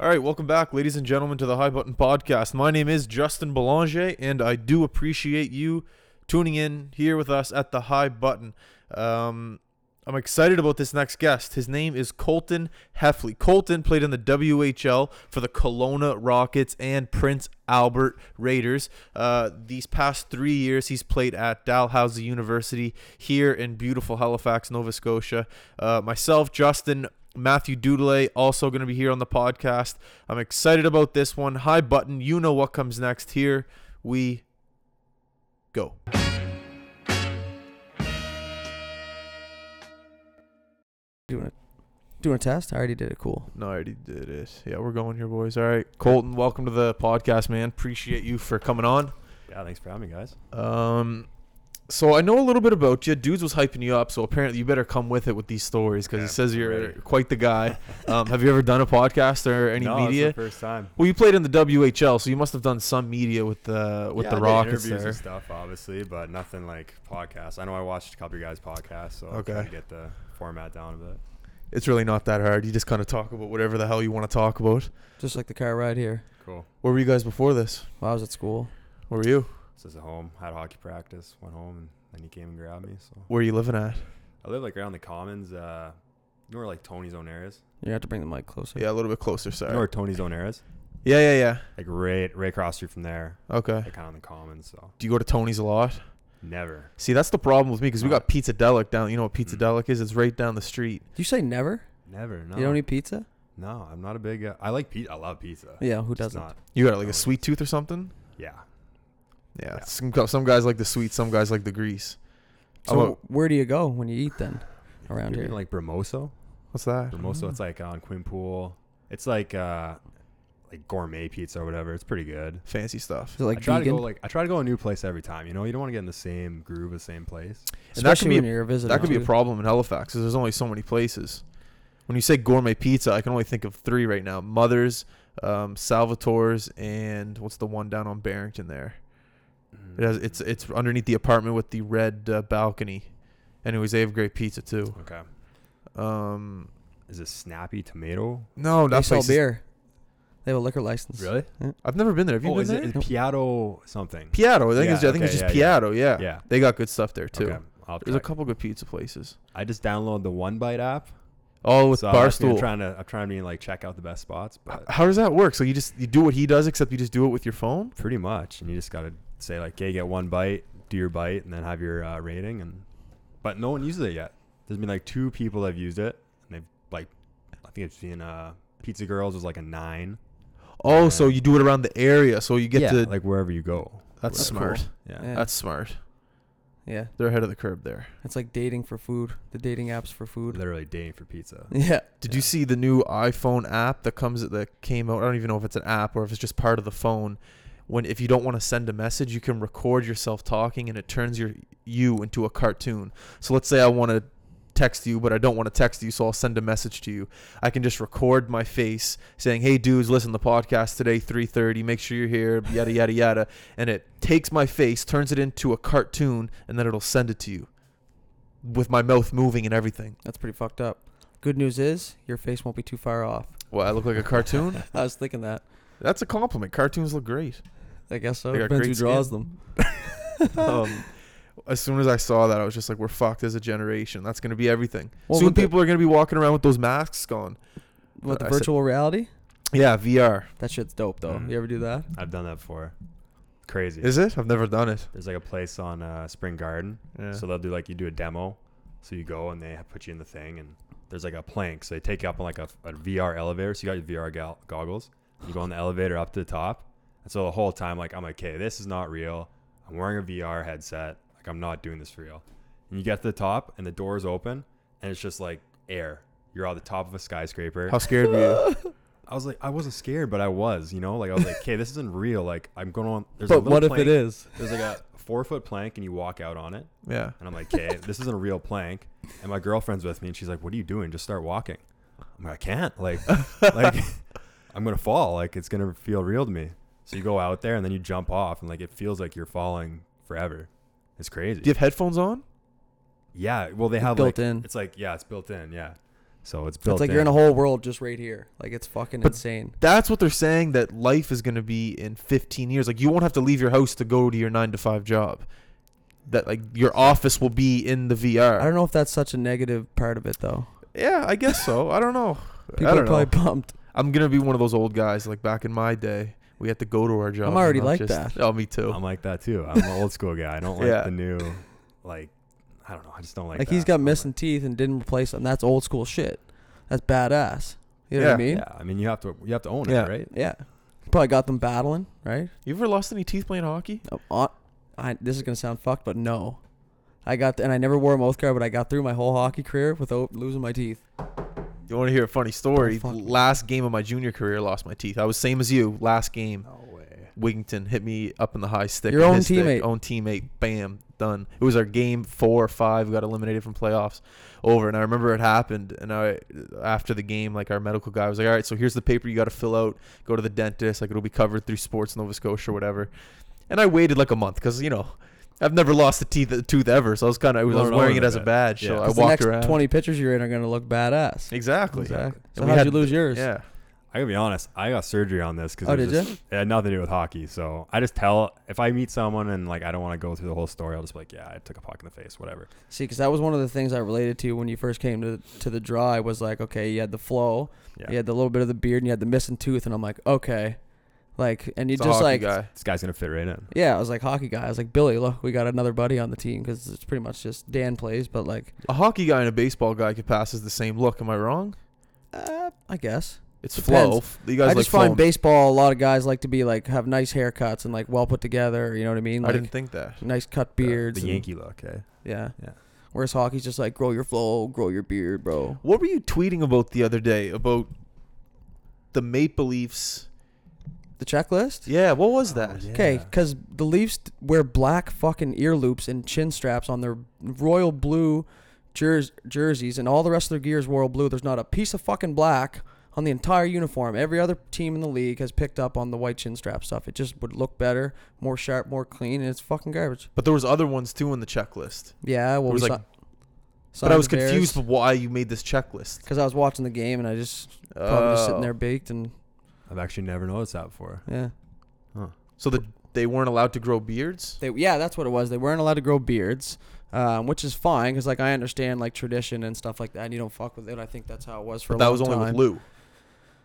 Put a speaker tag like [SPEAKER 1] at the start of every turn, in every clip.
[SPEAKER 1] All right, welcome back, ladies and gentlemen, to the High Button Podcast. My name is Justin Belanger, and I do appreciate you tuning in here with us at the High Button. Um, I'm excited about this next guest. His name is Colton Heffley. Colton played in the WHL for the Kelowna Rockets and Prince Albert Raiders. Uh, these past three years, he's played at Dalhousie University here in beautiful Halifax, Nova Scotia. Uh, myself, Justin, Matthew Dudley also going to be here on the podcast. I'm excited about this one. High button, you know what comes next. Here we go.
[SPEAKER 2] Doing a, doing a test? I already did it. Cool.
[SPEAKER 1] No, I already did it. Yeah, we're going here, boys. All right, Colton, welcome to the podcast, man. Appreciate you for coming on.
[SPEAKER 3] Yeah, thanks for having me, guys.
[SPEAKER 1] Um, so I know a little bit about you. Dudes was hyping you up, so apparently you better come with it with these stories because
[SPEAKER 3] Yeah,
[SPEAKER 1] it says you're
[SPEAKER 3] ready.
[SPEAKER 1] quite the guy. um, have you ever done a podcast or any
[SPEAKER 3] no, it's
[SPEAKER 1] media?
[SPEAKER 3] the first time
[SPEAKER 1] Well, you played in the WHL, so you must have done some media with the with
[SPEAKER 3] Yeah, I
[SPEAKER 1] the
[SPEAKER 3] did
[SPEAKER 1] Rockets
[SPEAKER 3] interviews
[SPEAKER 1] there.
[SPEAKER 3] and stuff, obviously, but nothing like podcasts. I know I watched a couple of your guys' podcasts, so I'm
[SPEAKER 1] Okay.
[SPEAKER 3] trying to get the format down a bit.
[SPEAKER 1] It's really not that hard. You just kind of talk about whatever the hell you want to talk about.
[SPEAKER 2] Just like the car ride here.
[SPEAKER 3] Cool.
[SPEAKER 1] Where were you guys before this?
[SPEAKER 2] While I was at school.
[SPEAKER 1] Where were you?
[SPEAKER 3] This is a home. Had hockey practice. Went home, and then he came and grabbed me. So
[SPEAKER 1] Where are you living at?
[SPEAKER 3] I live like around the commons. Uh, you know where like Tony's own areas?
[SPEAKER 2] You have to bring the mic closer.
[SPEAKER 1] Yeah, a little bit closer,
[SPEAKER 3] You know
[SPEAKER 1] sorry.
[SPEAKER 3] where Tony's own areas?
[SPEAKER 1] Yeah, yeah,
[SPEAKER 3] Like right, right across the street from there.
[SPEAKER 1] yeah. Okay.
[SPEAKER 3] Like kind of on the commons. So
[SPEAKER 1] Do you go to Tony's a lot?
[SPEAKER 3] never.
[SPEAKER 1] See, that's the problem with me because we
[SPEAKER 3] No.
[SPEAKER 1] got Pizza Delic down. You know what Pizza
[SPEAKER 3] Mm.
[SPEAKER 1] Delic is? It's right down the street.
[SPEAKER 2] Did you say never?
[SPEAKER 3] Never. No.
[SPEAKER 2] You don't e- eat pizza?
[SPEAKER 3] no, I'm not a big. Uh, I like pizza. I love pizza.
[SPEAKER 2] Yeah, who
[SPEAKER 3] Just
[SPEAKER 2] doesn't?
[SPEAKER 3] not-
[SPEAKER 1] You got like
[SPEAKER 3] No.
[SPEAKER 1] a sweet tooth or something?
[SPEAKER 3] Yeah.
[SPEAKER 1] Yeah.
[SPEAKER 3] Yeah.
[SPEAKER 1] Some gu- some guys like the sweet, some guys like the grease.
[SPEAKER 2] So
[SPEAKER 1] About-
[SPEAKER 2] where do you go when you eat then? Around
[SPEAKER 3] You're
[SPEAKER 2] here.
[SPEAKER 3] eating, like Bramoso.
[SPEAKER 1] What's that?
[SPEAKER 3] Hermoso. It's like on Quimpool. It's like uh like gourmet pizza or whatever. It's pretty good.
[SPEAKER 1] Fancy stuff.
[SPEAKER 2] Is it like
[SPEAKER 3] I try
[SPEAKER 2] vegan?
[SPEAKER 3] to go like I try to go a new place every time. You know, you don't want to get in the same groove, the same place.
[SPEAKER 1] And that
[SPEAKER 2] Especially
[SPEAKER 1] could
[SPEAKER 2] when
[SPEAKER 1] be
[SPEAKER 2] you're a visitor.
[SPEAKER 1] that could be a
[SPEAKER 2] too.
[SPEAKER 1] problem in Halifax because there's only so many places. When you say gourmet pizza, I can only think of three right now: Mother's, um, Salvatore's, and what's the one down on Barrington there? It has it's it's underneath the apartment with the red uh, balcony. Anyways, they have great pizza too.
[SPEAKER 3] okay.
[SPEAKER 1] Um,
[SPEAKER 3] Is it snappy tomato?
[SPEAKER 1] no,
[SPEAKER 2] They
[SPEAKER 1] that
[SPEAKER 2] sell
[SPEAKER 1] place. is-
[SPEAKER 2] beer. They have a liquor license.
[SPEAKER 3] Really?
[SPEAKER 1] I've never been there. Have you
[SPEAKER 3] Oh,
[SPEAKER 1] been
[SPEAKER 3] is
[SPEAKER 1] there?
[SPEAKER 3] it Piatto something?
[SPEAKER 1] Piatto. I think it's,
[SPEAKER 3] Yeah,
[SPEAKER 1] I think it's
[SPEAKER 3] okay,
[SPEAKER 1] just
[SPEAKER 3] yeah,
[SPEAKER 1] Piatto. Yeah.
[SPEAKER 3] yeah.
[SPEAKER 1] they got good stuff there too.
[SPEAKER 3] Okay. I'll
[SPEAKER 1] There's a
[SPEAKER 3] try.
[SPEAKER 1] couple good pizza places.
[SPEAKER 3] I just download the One Bite app.
[SPEAKER 1] Oh, with
[SPEAKER 3] so I'm actually- I'm
[SPEAKER 1] Barstool.
[SPEAKER 3] trying to I'm trying to like check out the best spots,
[SPEAKER 1] H-
[SPEAKER 3] but
[SPEAKER 1] How does that work? So you just you do what he does, except you just do it with your phone.
[SPEAKER 3] pretty much. And you just gotta say like, "Hey, get one bite, do your bite, and then have your uh, rating." And but no one uses it yet. There's been like two people that've used it, and they've like, I think I've seen uh, Pizza Girls was like a nine.
[SPEAKER 1] Oh,
[SPEAKER 3] Yeah.
[SPEAKER 1] so you do it around the area, so you get
[SPEAKER 3] yeah,
[SPEAKER 1] to.
[SPEAKER 3] like wherever you go.
[SPEAKER 1] that's,
[SPEAKER 2] that's
[SPEAKER 1] smart.
[SPEAKER 3] Yeah.
[SPEAKER 2] Yeah.
[SPEAKER 1] That's smart.
[SPEAKER 2] Yeah.
[SPEAKER 1] They're ahead of the curb there.
[SPEAKER 2] It's like dating for food. The dating apps for food.
[SPEAKER 3] literally dating for pizza.
[SPEAKER 2] Yeah.
[SPEAKER 1] Did
[SPEAKER 3] Yeah.
[SPEAKER 1] you see the new iPhone app that comes that came out? I don't even know if it's an app or if it's just part of the phone. When if you don't want to send a message, you can record yourself talking, and it turns your you into a cartoon. So let's say I want to text you, but I don't want to text you, so I'll send a message to you. I can just record my face saying, "Hey dudes, listen to the podcast today, 3:30. Make sure you're here." Yada yada yada, and it takes my face, turns it into a cartoon, and then it'll send it to you with my mouth moving and everything.
[SPEAKER 2] That's pretty fucked up. Good news is your face won't be too far off.
[SPEAKER 1] Well, I look like a cartoon.
[SPEAKER 2] I was thinking that.
[SPEAKER 1] That's a compliment. Cartoons look great.
[SPEAKER 2] I guess so.
[SPEAKER 1] They got
[SPEAKER 2] Depends
[SPEAKER 1] great
[SPEAKER 2] who draws
[SPEAKER 1] skin.
[SPEAKER 2] them.
[SPEAKER 1] Um, as soon as I saw that, I was just like, "We're fucked as a generation. That's gonna be everything.
[SPEAKER 2] Well,
[SPEAKER 1] Soon,
[SPEAKER 2] with the-
[SPEAKER 1] people are gonna be walking around with those masks on."
[SPEAKER 2] What the
[SPEAKER 1] I said- Mm-hmm.
[SPEAKER 2] virtual reality?
[SPEAKER 1] Yeah, VR.
[SPEAKER 2] That shit's dope though.
[SPEAKER 3] Mhm.
[SPEAKER 2] You ever do that?
[SPEAKER 3] I've done that before. Crazy.
[SPEAKER 1] Is it? I've never done it.
[SPEAKER 3] There's like a place on uh, Spring Garden,
[SPEAKER 1] Yeah.
[SPEAKER 3] so they'll do like you do a demo. So you go and they ha- put you in the thing, and there's like a plank. So they take you up on like a, a VR elevator. So you got your VR gal- goggles. You go on the elevator up to the top, and so the whole time, like I'm like, okay, this is not real. I'm wearing a VR headset. Like I'm not doing this for real. And you get to the top, and the doors open, and it's just like air. You're on the top of a skyscraper.
[SPEAKER 1] How scared were you?
[SPEAKER 3] I was like, I wasn't scared, but I was, you know, like I was like, okay, this isn't real. Like I'm going on. There's a
[SPEAKER 2] But
[SPEAKER 3] little
[SPEAKER 2] what if
[SPEAKER 3] plank,
[SPEAKER 2] it is?
[SPEAKER 3] There's like a four foot plank, and you walk out on it,
[SPEAKER 1] Yeah.
[SPEAKER 3] and I'm like, okay, this isn't a real plank. And my girlfriend's with me, and she's like, what are you doing? Just start walking. I'm like, I can't. Like, like I'm gonna fall. Like it's gonna feel real to me. So you go out there, and then you jump off, and like it feels like you're falling forever. It's crazy.
[SPEAKER 1] Do you have headphones on?
[SPEAKER 3] Yeah. Well, they have
[SPEAKER 2] built
[SPEAKER 3] like,
[SPEAKER 2] in.
[SPEAKER 3] It's like yeah, it's built in. Yeah. So it's built.
[SPEAKER 2] It's like you're in a whole world just right here. Like it's fucking
[SPEAKER 1] But-
[SPEAKER 2] insane.
[SPEAKER 1] That's what they're saying that life is going to be in 15 years. Like you won't have to leave your house to go to your 9 to 5 job. That like your office will be in the VR.
[SPEAKER 2] I don't know if that's such a negative part of it though.
[SPEAKER 1] yeah, I guess so. I don't know.
[SPEAKER 2] People
[SPEAKER 1] I
[SPEAKER 2] are
[SPEAKER 1] don't know.
[SPEAKER 2] probably pumped.
[SPEAKER 1] I'm going to be one of those old guys like back in my day. We had to go to our job.
[SPEAKER 2] already like that.
[SPEAKER 1] Oh, me too.
[SPEAKER 3] I'm like that too. I'm an old school guy. I don't like
[SPEAKER 1] Yeah.
[SPEAKER 3] the new, like, I don't know. I just don't like.
[SPEAKER 2] Like, he's
[SPEAKER 3] that.
[SPEAKER 2] got
[SPEAKER 3] I'm
[SPEAKER 2] missing teeth and didn't replace them. That's old school shit. That's badass. You know what I
[SPEAKER 1] Yeah.
[SPEAKER 3] Like,
[SPEAKER 2] mean?
[SPEAKER 3] yeah, I mean, you have to you have to own
[SPEAKER 1] Yeah.
[SPEAKER 3] it, right?
[SPEAKER 2] Yeah. Probably got them battling, right?
[SPEAKER 1] you ever lost any teeth playing hockey?
[SPEAKER 2] Um, on- I, this is gonna sound fucked, but no, I got and I never wore a mouth guard, but I got through my whole hockey career without losing my teeth.
[SPEAKER 1] You want to hear a funny story?
[SPEAKER 2] Oh, fuck.
[SPEAKER 1] last game of my junior career, I lost my teeth. I was same as you. Last game,
[SPEAKER 3] No way.
[SPEAKER 1] Wigington hit me up in the high stick.
[SPEAKER 2] Your
[SPEAKER 1] and
[SPEAKER 2] own
[SPEAKER 1] his stick,
[SPEAKER 2] teammate.
[SPEAKER 1] own teammate. Bam, done. It was our game four or five. We got eliminated from playoffs. Over, and I remember it happened. And I, after the game, like our medical guy was like, "All right, so here's the paper you got to fill out. Go to the dentist. Like it'll be covered through Sports Nova Scotia or whatever." And I waited like a month because you know. I've never lost a teeth a tooth ever, so I was kind of I was,
[SPEAKER 3] Well, no,
[SPEAKER 1] wearing
[SPEAKER 3] no,
[SPEAKER 1] it as a
[SPEAKER 3] no.
[SPEAKER 1] badge.
[SPEAKER 3] Yeah.
[SPEAKER 1] So I walked
[SPEAKER 2] 'Cause the next
[SPEAKER 1] around.
[SPEAKER 2] twenty pictures you're in are gonna look badass.
[SPEAKER 1] exactly.
[SPEAKER 2] Exactly. So
[SPEAKER 1] And we
[SPEAKER 2] how'd
[SPEAKER 1] had-
[SPEAKER 2] you lose yours?
[SPEAKER 1] Yeah.
[SPEAKER 3] I gotta be honest. I got surgery on this because
[SPEAKER 2] Oh, did
[SPEAKER 3] just,
[SPEAKER 2] you?
[SPEAKER 3] it had nothing to do with hockey. So I just tell if I meet someone and like I don't want to go through the whole story, I'll just be like, yeah, I took a puck in the face, whatever.
[SPEAKER 2] See, because that was one of the things I related to when you first came to to the draw. I was like, okay, you had the flow,
[SPEAKER 3] Yeah.
[SPEAKER 2] you had the little bit of the beard, and you had the missing tooth, and I'm like, okay, like, and you
[SPEAKER 1] It's a
[SPEAKER 2] just
[SPEAKER 1] hockey
[SPEAKER 2] like,
[SPEAKER 1] guy.
[SPEAKER 3] This guy's gonna fit right in.
[SPEAKER 2] yeah, I was like hockey guy. I was like Billy, look, we got another buddy on the team because it's pretty much just Dan plays, but like,
[SPEAKER 1] a hockey guy and a baseball guy could pass as the same look. Am I wrong?
[SPEAKER 2] uh, I guess.
[SPEAKER 1] It's
[SPEAKER 2] Depends.
[SPEAKER 1] flow. You guys
[SPEAKER 2] I
[SPEAKER 1] like
[SPEAKER 2] just find
[SPEAKER 1] flow.
[SPEAKER 2] baseball. A lot of guys like to be like have nice haircuts and like well put together. You know what I mean?
[SPEAKER 1] I
[SPEAKER 2] Like
[SPEAKER 1] didn't think that.
[SPEAKER 2] nice cut
[SPEAKER 3] The-
[SPEAKER 2] beards.
[SPEAKER 3] The,
[SPEAKER 2] and-
[SPEAKER 3] Yankee look, eh?
[SPEAKER 2] Yeah.
[SPEAKER 3] Yeah.
[SPEAKER 2] Whereas hockey's just like grow your flow, grow your beard, bro.
[SPEAKER 1] What were you tweeting about the other day about the Maple Leafs?
[SPEAKER 2] The checklist.
[SPEAKER 1] Yeah, what was that?
[SPEAKER 3] Oh, yeah.
[SPEAKER 2] Okay, because the Leafs t- wear black fucking ear loops and chin straps on their royal blue jers- jerseys, and all the rest of their gear is royal blue. There's not a piece of fucking black on the entire uniform. Every other team in the league has picked up on the white chin strap stuff. It just would look better, more sharp, more clean, and it's fucking garbage.
[SPEAKER 1] But there was other ones too in the checklist.
[SPEAKER 2] Yeah, well,
[SPEAKER 1] was
[SPEAKER 2] we
[SPEAKER 1] like-
[SPEAKER 2] saw,
[SPEAKER 1] But I was confused with why you made this checklist.
[SPEAKER 2] because I was watching the game and I just probably just sitting
[SPEAKER 1] Oh.
[SPEAKER 2] there baked and
[SPEAKER 3] I've actually never noticed that before.
[SPEAKER 2] yeah.
[SPEAKER 1] So that they weren't allowed to grow beards.
[SPEAKER 2] They yeah, that's what it was. They weren't allowed to grow beards, um, which is fine because like I understand like tradition and stuff like that, and you don't fuck with it. I think that's how it was for.
[SPEAKER 1] But
[SPEAKER 2] a
[SPEAKER 1] that
[SPEAKER 2] long
[SPEAKER 1] was only with
[SPEAKER 2] time.
[SPEAKER 1] Lou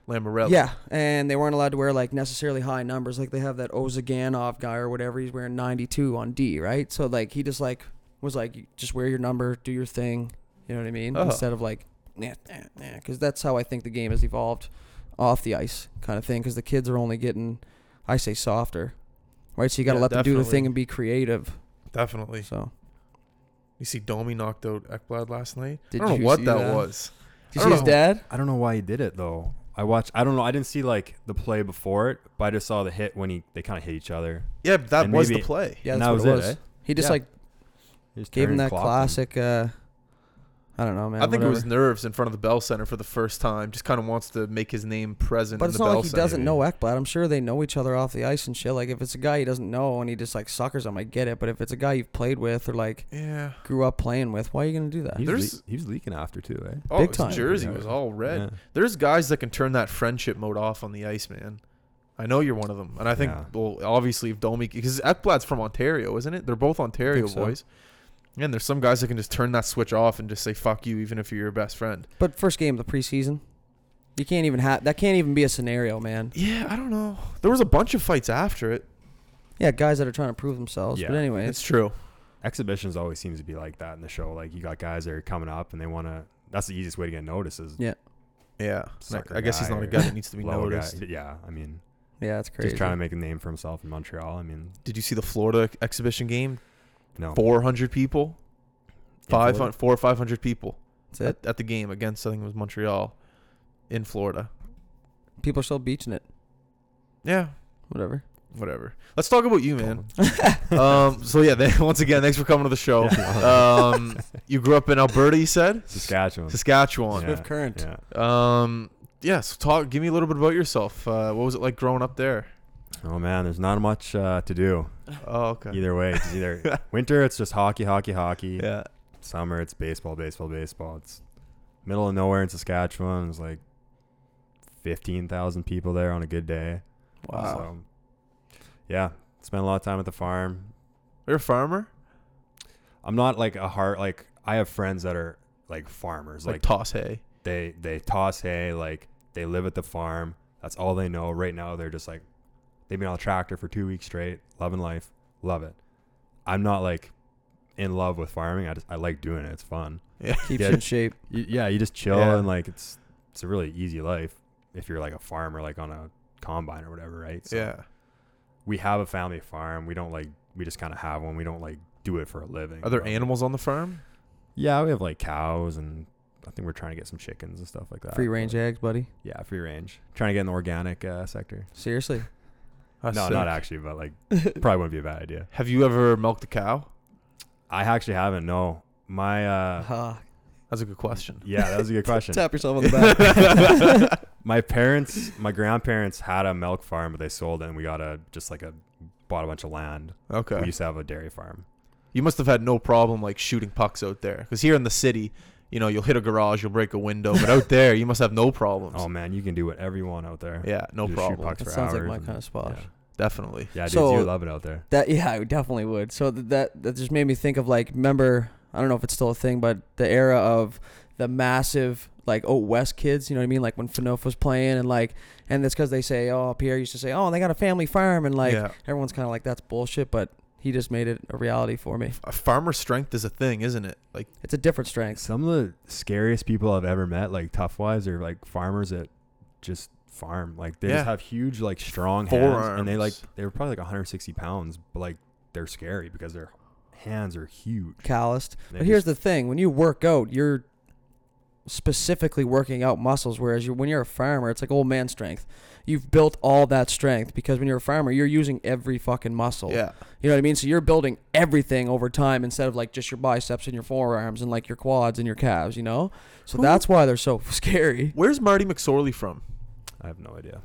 [SPEAKER 1] Lamorello.
[SPEAKER 2] Yeah, and they weren't allowed to wear like necessarily high numbers. Like they have that Ozaganov guy or whatever. He's wearing 92 on D, right? So like he just like was like, "You just wear your number, do your thing. You know what I mean?
[SPEAKER 1] Oh.
[SPEAKER 2] Instead of like, nah, nah, nah, because that's how I think the game has evolved off the ice kind of thing. Because the kids are only getting, I say, softer, right? So you got to
[SPEAKER 1] Yeah,
[SPEAKER 2] let them do the
[SPEAKER 1] definitely.
[SPEAKER 2] thing and be creative.
[SPEAKER 1] definitely.
[SPEAKER 2] So
[SPEAKER 1] You see, Domi knocked out Ekblad last night.
[SPEAKER 2] Did
[SPEAKER 1] I don't
[SPEAKER 2] you
[SPEAKER 1] know what
[SPEAKER 2] see
[SPEAKER 1] that,
[SPEAKER 2] that?
[SPEAKER 1] was. I
[SPEAKER 2] did you see
[SPEAKER 1] don't
[SPEAKER 2] his
[SPEAKER 1] know.
[SPEAKER 2] dad?
[SPEAKER 3] I don't know why he did it though. I watched. I don't know. I didn't see like the play before it, but I just saw the hit when he they kind of hit each other.
[SPEAKER 1] Yeah, but that
[SPEAKER 3] And
[SPEAKER 1] was
[SPEAKER 3] maybe-
[SPEAKER 1] the play.
[SPEAKER 2] Yeah,
[SPEAKER 3] And
[SPEAKER 2] that's
[SPEAKER 3] that
[SPEAKER 2] what
[SPEAKER 3] was
[SPEAKER 2] it
[SPEAKER 3] it,
[SPEAKER 2] was.
[SPEAKER 3] eh?
[SPEAKER 2] He just
[SPEAKER 3] Yeah.
[SPEAKER 2] like
[SPEAKER 3] He just
[SPEAKER 2] gave him
[SPEAKER 3] turned and
[SPEAKER 2] that
[SPEAKER 3] clocked him.
[SPEAKER 2] classic. Uh, I don't know, man.
[SPEAKER 1] I think it
[SPEAKER 2] whatever.
[SPEAKER 1] was nerves in front of the Bell Center for the first time. Just kind of wants to make his name present.
[SPEAKER 2] But
[SPEAKER 1] in
[SPEAKER 2] it's
[SPEAKER 1] the
[SPEAKER 2] not
[SPEAKER 1] Bell
[SPEAKER 2] like he
[SPEAKER 1] Center.
[SPEAKER 2] doesn't know Ekblad. I'm sure they know each other off the ice and shit. Like if it's a guy he doesn't know and he just like suckers him, I get it. But if it's a guy you've played with or like
[SPEAKER 1] Yeah.
[SPEAKER 2] grew up playing with, why are you gonna do that?
[SPEAKER 3] He was,
[SPEAKER 1] There's-
[SPEAKER 3] le- he was leaking after too, eh?
[SPEAKER 1] Oh,
[SPEAKER 2] Big
[SPEAKER 1] his
[SPEAKER 2] time.
[SPEAKER 1] jersey
[SPEAKER 3] Yeah.
[SPEAKER 1] was all red.
[SPEAKER 3] Yeah.
[SPEAKER 1] There's guys that can turn that friendship mode off on the ice, man. I know you're one of them, and I think
[SPEAKER 3] Yeah.
[SPEAKER 1] well, obviously if Domi because Ekblad's from Ontario, isn't it? They're both Ontario
[SPEAKER 2] so.
[SPEAKER 1] boys. And there's some guys that can just turn that switch off and just say "fuck you," even if you're your best friend.
[SPEAKER 2] But first game of the preseason, you can't even have that. Can't even be a scenario, man.
[SPEAKER 1] Yeah, I don't know. There was a bunch of fights after it.
[SPEAKER 2] Yeah, guys that are trying to prove themselves. But
[SPEAKER 3] Yeah.
[SPEAKER 2] anyway,
[SPEAKER 1] It's true.
[SPEAKER 3] exhibitions always seems to be like that in the show. Like you got guys that are coming up and they want to. That's the easiest way to get noticed is
[SPEAKER 1] Yeah, Like,
[SPEAKER 3] Sucker
[SPEAKER 1] I guess he's
[SPEAKER 3] guy
[SPEAKER 1] not a
[SPEAKER 3] or
[SPEAKER 1] guy that needs to be
[SPEAKER 3] lower guy-
[SPEAKER 1] noticed.
[SPEAKER 3] Yeah, I mean,
[SPEAKER 2] yeah, it's crazy.
[SPEAKER 3] just trying to make a name for himself in Montreal. I mean,
[SPEAKER 1] Did you see the Florida exhibition game?
[SPEAKER 3] no,
[SPEAKER 1] Four hundred people,
[SPEAKER 3] Oh. In
[SPEAKER 1] five
[SPEAKER 3] Florida?
[SPEAKER 1] four or five hundred people
[SPEAKER 2] That's it.
[SPEAKER 1] at, at the game against I think it was Montreal, in Florida.
[SPEAKER 2] People are still beaching it.
[SPEAKER 1] Yeah,
[SPEAKER 2] Whatever.
[SPEAKER 1] whatever. Let's talk about you, man. um, so yeah, th- once again, thanks for coming to the show. Um, you grew up in Alberta, you said
[SPEAKER 3] Saskatchewan.
[SPEAKER 1] Saskatchewan.
[SPEAKER 2] Swift current.
[SPEAKER 3] Yeah.
[SPEAKER 1] Um, yeah. So talk. Give me a little bit about yourself. Uh, what was it like growing up there?
[SPEAKER 3] Oh man, there's not much uh, to do
[SPEAKER 1] Oh, okay.
[SPEAKER 3] either E. way. It's either winter, it's just hockey, hockey, hockey.
[SPEAKER 1] Yeah.
[SPEAKER 3] Summer, it's baseball, baseball, baseball. It's middle of nowhere in Saskatchewan. There's like fifteen thousand people there on a good day.
[SPEAKER 2] Wow.
[SPEAKER 3] So, yeah, spent a lot of time at the farm.
[SPEAKER 1] You're a farmer,
[SPEAKER 3] I'm not like a heart like I have friends that are like farmers.
[SPEAKER 1] like,
[SPEAKER 3] Like,
[SPEAKER 1] toss hay.
[SPEAKER 3] they they toss hay. Like they live at the farm. That's all they know right now. They're just like they've been on a tractor for two weeks straight, loving life, love it. I'm not like in love with farming. I just I like doing it. It's fun.
[SPEAKER 2] Keeps
[SPEAKER 3] Yeah.
[SPEAKER 2] you in shape.
[SPEAKER 3] You, yeah, you just chill
[SPEAKER 1] Yeah.
[SPEAKER 3] and like it's it's a really easy life if you're like a farmer, like on a combine or whatever, right? So
[SPEAKER 1] yeah.
[SPEAKER 3] we have a family farm. We don't like we just kind of have one. We don't like do it for a living.
[SPEAKER 1] Are there
[SPEAKER 3] But-
[SPEAKER 1] animals on the farm?
[SPEAKER 3] Yeah, we have like cows and I think we're trying to get some chickens and stuff like that.
[SPEAKER 2] Free range eggs, buddy.
[SPEAKER 3] Yeah, free range. Trying to get in the organic uh, sector.
[SPEAKER 2] Seriously.
[SPEAKER 1] That's
[SPEAKER 3] no,
[SPEAKER 1] sick.
[SPEAKER 3] not actually, but like probably wouldn't be a bad idea.
[SPEAKER 1] Have you ever milked a cow?
[SPEAKER 3] I actually haven't. No, my uh,
[SPEAKER 2] Ha.
[SPEAKER 1] That's a good question.
[SPEAKER 3] yeah, that was a good question.
[SPEAKER 2] Uh-huh. Tap yourself on the back.
[SPEAKER 3] my parents, my grandparents had a milk farm, but they sold it, and we got a just like a bought a bunch of land. We
[SPEAKER 1] Okay.
[SPEAKER 3] used to have a dairy farm.
[SPEAKER 1] You must have had no problem like shooting pucks out there, because here in the city, you know, you'll hit a garage, you'll break a window, but out there, you must have no problems.
[SPEAKER 3] Oh man, you can do whatever you want out there.
[SPEAKER 1] yeah, no
[SPEAKER 3] Just shoot
[SPEAKER 1] problem.
[SPEAKER 3] pucks
[SPEAKER 2] that
[SPEAKER 3] for
[SPEAKER 2] sounds like
[SPEAKER 3] hours
[SPEAKER 2] my
[SPEAKER 3] and-
[SPEAKER 2] kind of spot.
[SPEAKER 3] Yeah,
[SPEAKER 1] Definitely.
[SPEAKER 3] yeah dude,
[SPEAKER 2] So-
[SPEAKER 3] you love it out there.
[SPEAKER 2] That yeah, I definitely would. So th- that that just made me think of like remember I don't know if it's still a thing, but the era of the massive like oh West kids, you know what I mean? Like when Fanof was playing and like and that's because they say oh Pierre used to say oh they got a family farm and like
[SPEAKER 1] yeah.
[SPEAKER 2] everyone's kind of like that's bullshit, but he just made it a reality for me.
[SPEAKER 1] A uh, farmer strength is a thing, isn't it? Like,
[SPEAKER 2] It's a different strength.
[SPEAKER 3] Some of the scariest people I've ever met, like tough wise, are like farmers that just farm. Like they
[SPEAKER 1] Yeah.
[SPEAKER 3] just have huge, like strong hands, and they like
[SPEAKER 1] Forearms.
[SPEAKER 3] they're probably like 160 pounds, but like they're scary because their hands are huge.
[SPEAKER 2] Calloused.
[SPEAKER 3] They
[SPEAKER 2] But here's
[SPEAKER 3] just-
[SPEAKER 2] the thing: when you work out, you're specifically working out muscles. Whereas you, when you're a farmer, it's like old man strength. You've built all that strength because when you're a farmer, you're using every fucking
[SPEAKER 3] Oh.
[SPEAKER 2] muscle.
[SPEAKER 1] yeah,
[SPEAKER 2] You know what I mean? So you're building everything over time instead of like just your biceps and your forearms and like your quads and your calves. You know? So
[SPEAKER 1] Who-
[SPEAKER 2] that's why they're so scary.
[SPEAKER 1] where's Marty McSorley from?
[SPEAKER 3] I have no idea.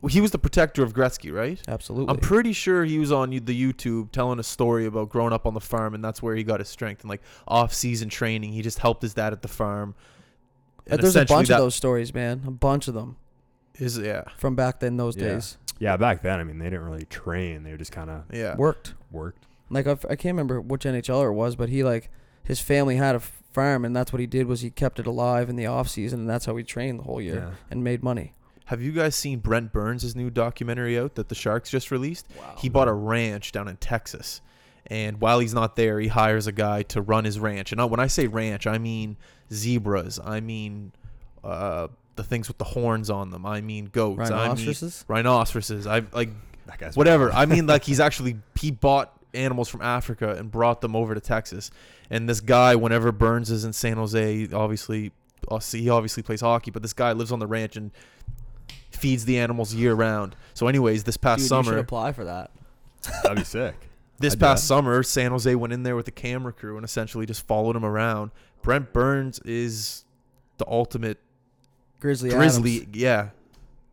[SPEAKER 1] Well, He was the protector of Gretzky, right?
[SPEAKER 2] Absolutely.
[SPEAKER 1] I'm pretty sure he was on you- the YouTube telling a story about growing up on the farm, and that's where he got his strength. And like off-season training, he just helped his dad at the farm.
[SPEAKER 2] Uh, There's a bunch of those stories, man. A bunch of them
[SPEAKER 1] those. Is, yeah,
[SPEAKER 2] from back then, those
[SPEAKER 3] Yeah.
[SPEAKER 2] days.
[SPEAKER 3] Yeah, back then, I mean, they didn't really train; they just kind of
[SPEAKER 1] yeah.
[SPEAKER 2] Worked.
[SPEAKER 3] worked.
[SPEAKER 2] like I've, I can't remember which NHLer it was, but he like his family had a f- farm, and that's what he did was he kept it alive in the off season, and that's how he trained the whole year
[SPEAKER 3] Yeah.
[SPEAKER 2] and made money.
[SPEAKER 1] Have you guys seen Brent Burns' new documentary out that the Sharks just released? He
[SPEAKER 2] Oh,
[SPEAKER 1] bought a ranch down in Texas. And while he's not there, he hires a guy to run his ranch. And I- when I say ranch, I mean zebras. I mean uh, the things with the horns on them. I mean goats.
[SPEAKER 2] Rhinoceroses?
[SPEAKER 1] I mean rhinoceroses. I like
[SPEAKER 3] That guy's
[SPEAKER 1] whatever. I mean, like he's actually he bought animals from Africa and brought them over to Texas. And this guy, whenever Burns is in San Jose, obviously, uh, he obviously plays hockey, but this guy lives on the ranch and feeds the animals year round. So, anyways, this past
[SPEAKER 2] Dude, you should
[SPEAKER 1] summer,
[SPEAKER 2] apply for that.
[SPEAKER 3] That'd be sick.
[SPEAKER 1] this
[SPEAKER 3] I'd do
[SPEAKER 1] past
[SPEAKER 3] that.
[SPEAKER 1] summer, San Jose went in there with the camera crew and essentially just followed him around. Brent Burns is the ultimate
[SPEAKER 2] Grizzly.
[SPEAKER 1] grizzly.
[SPEAKER 2] Adams.
[SPEAKER 1] Yeah.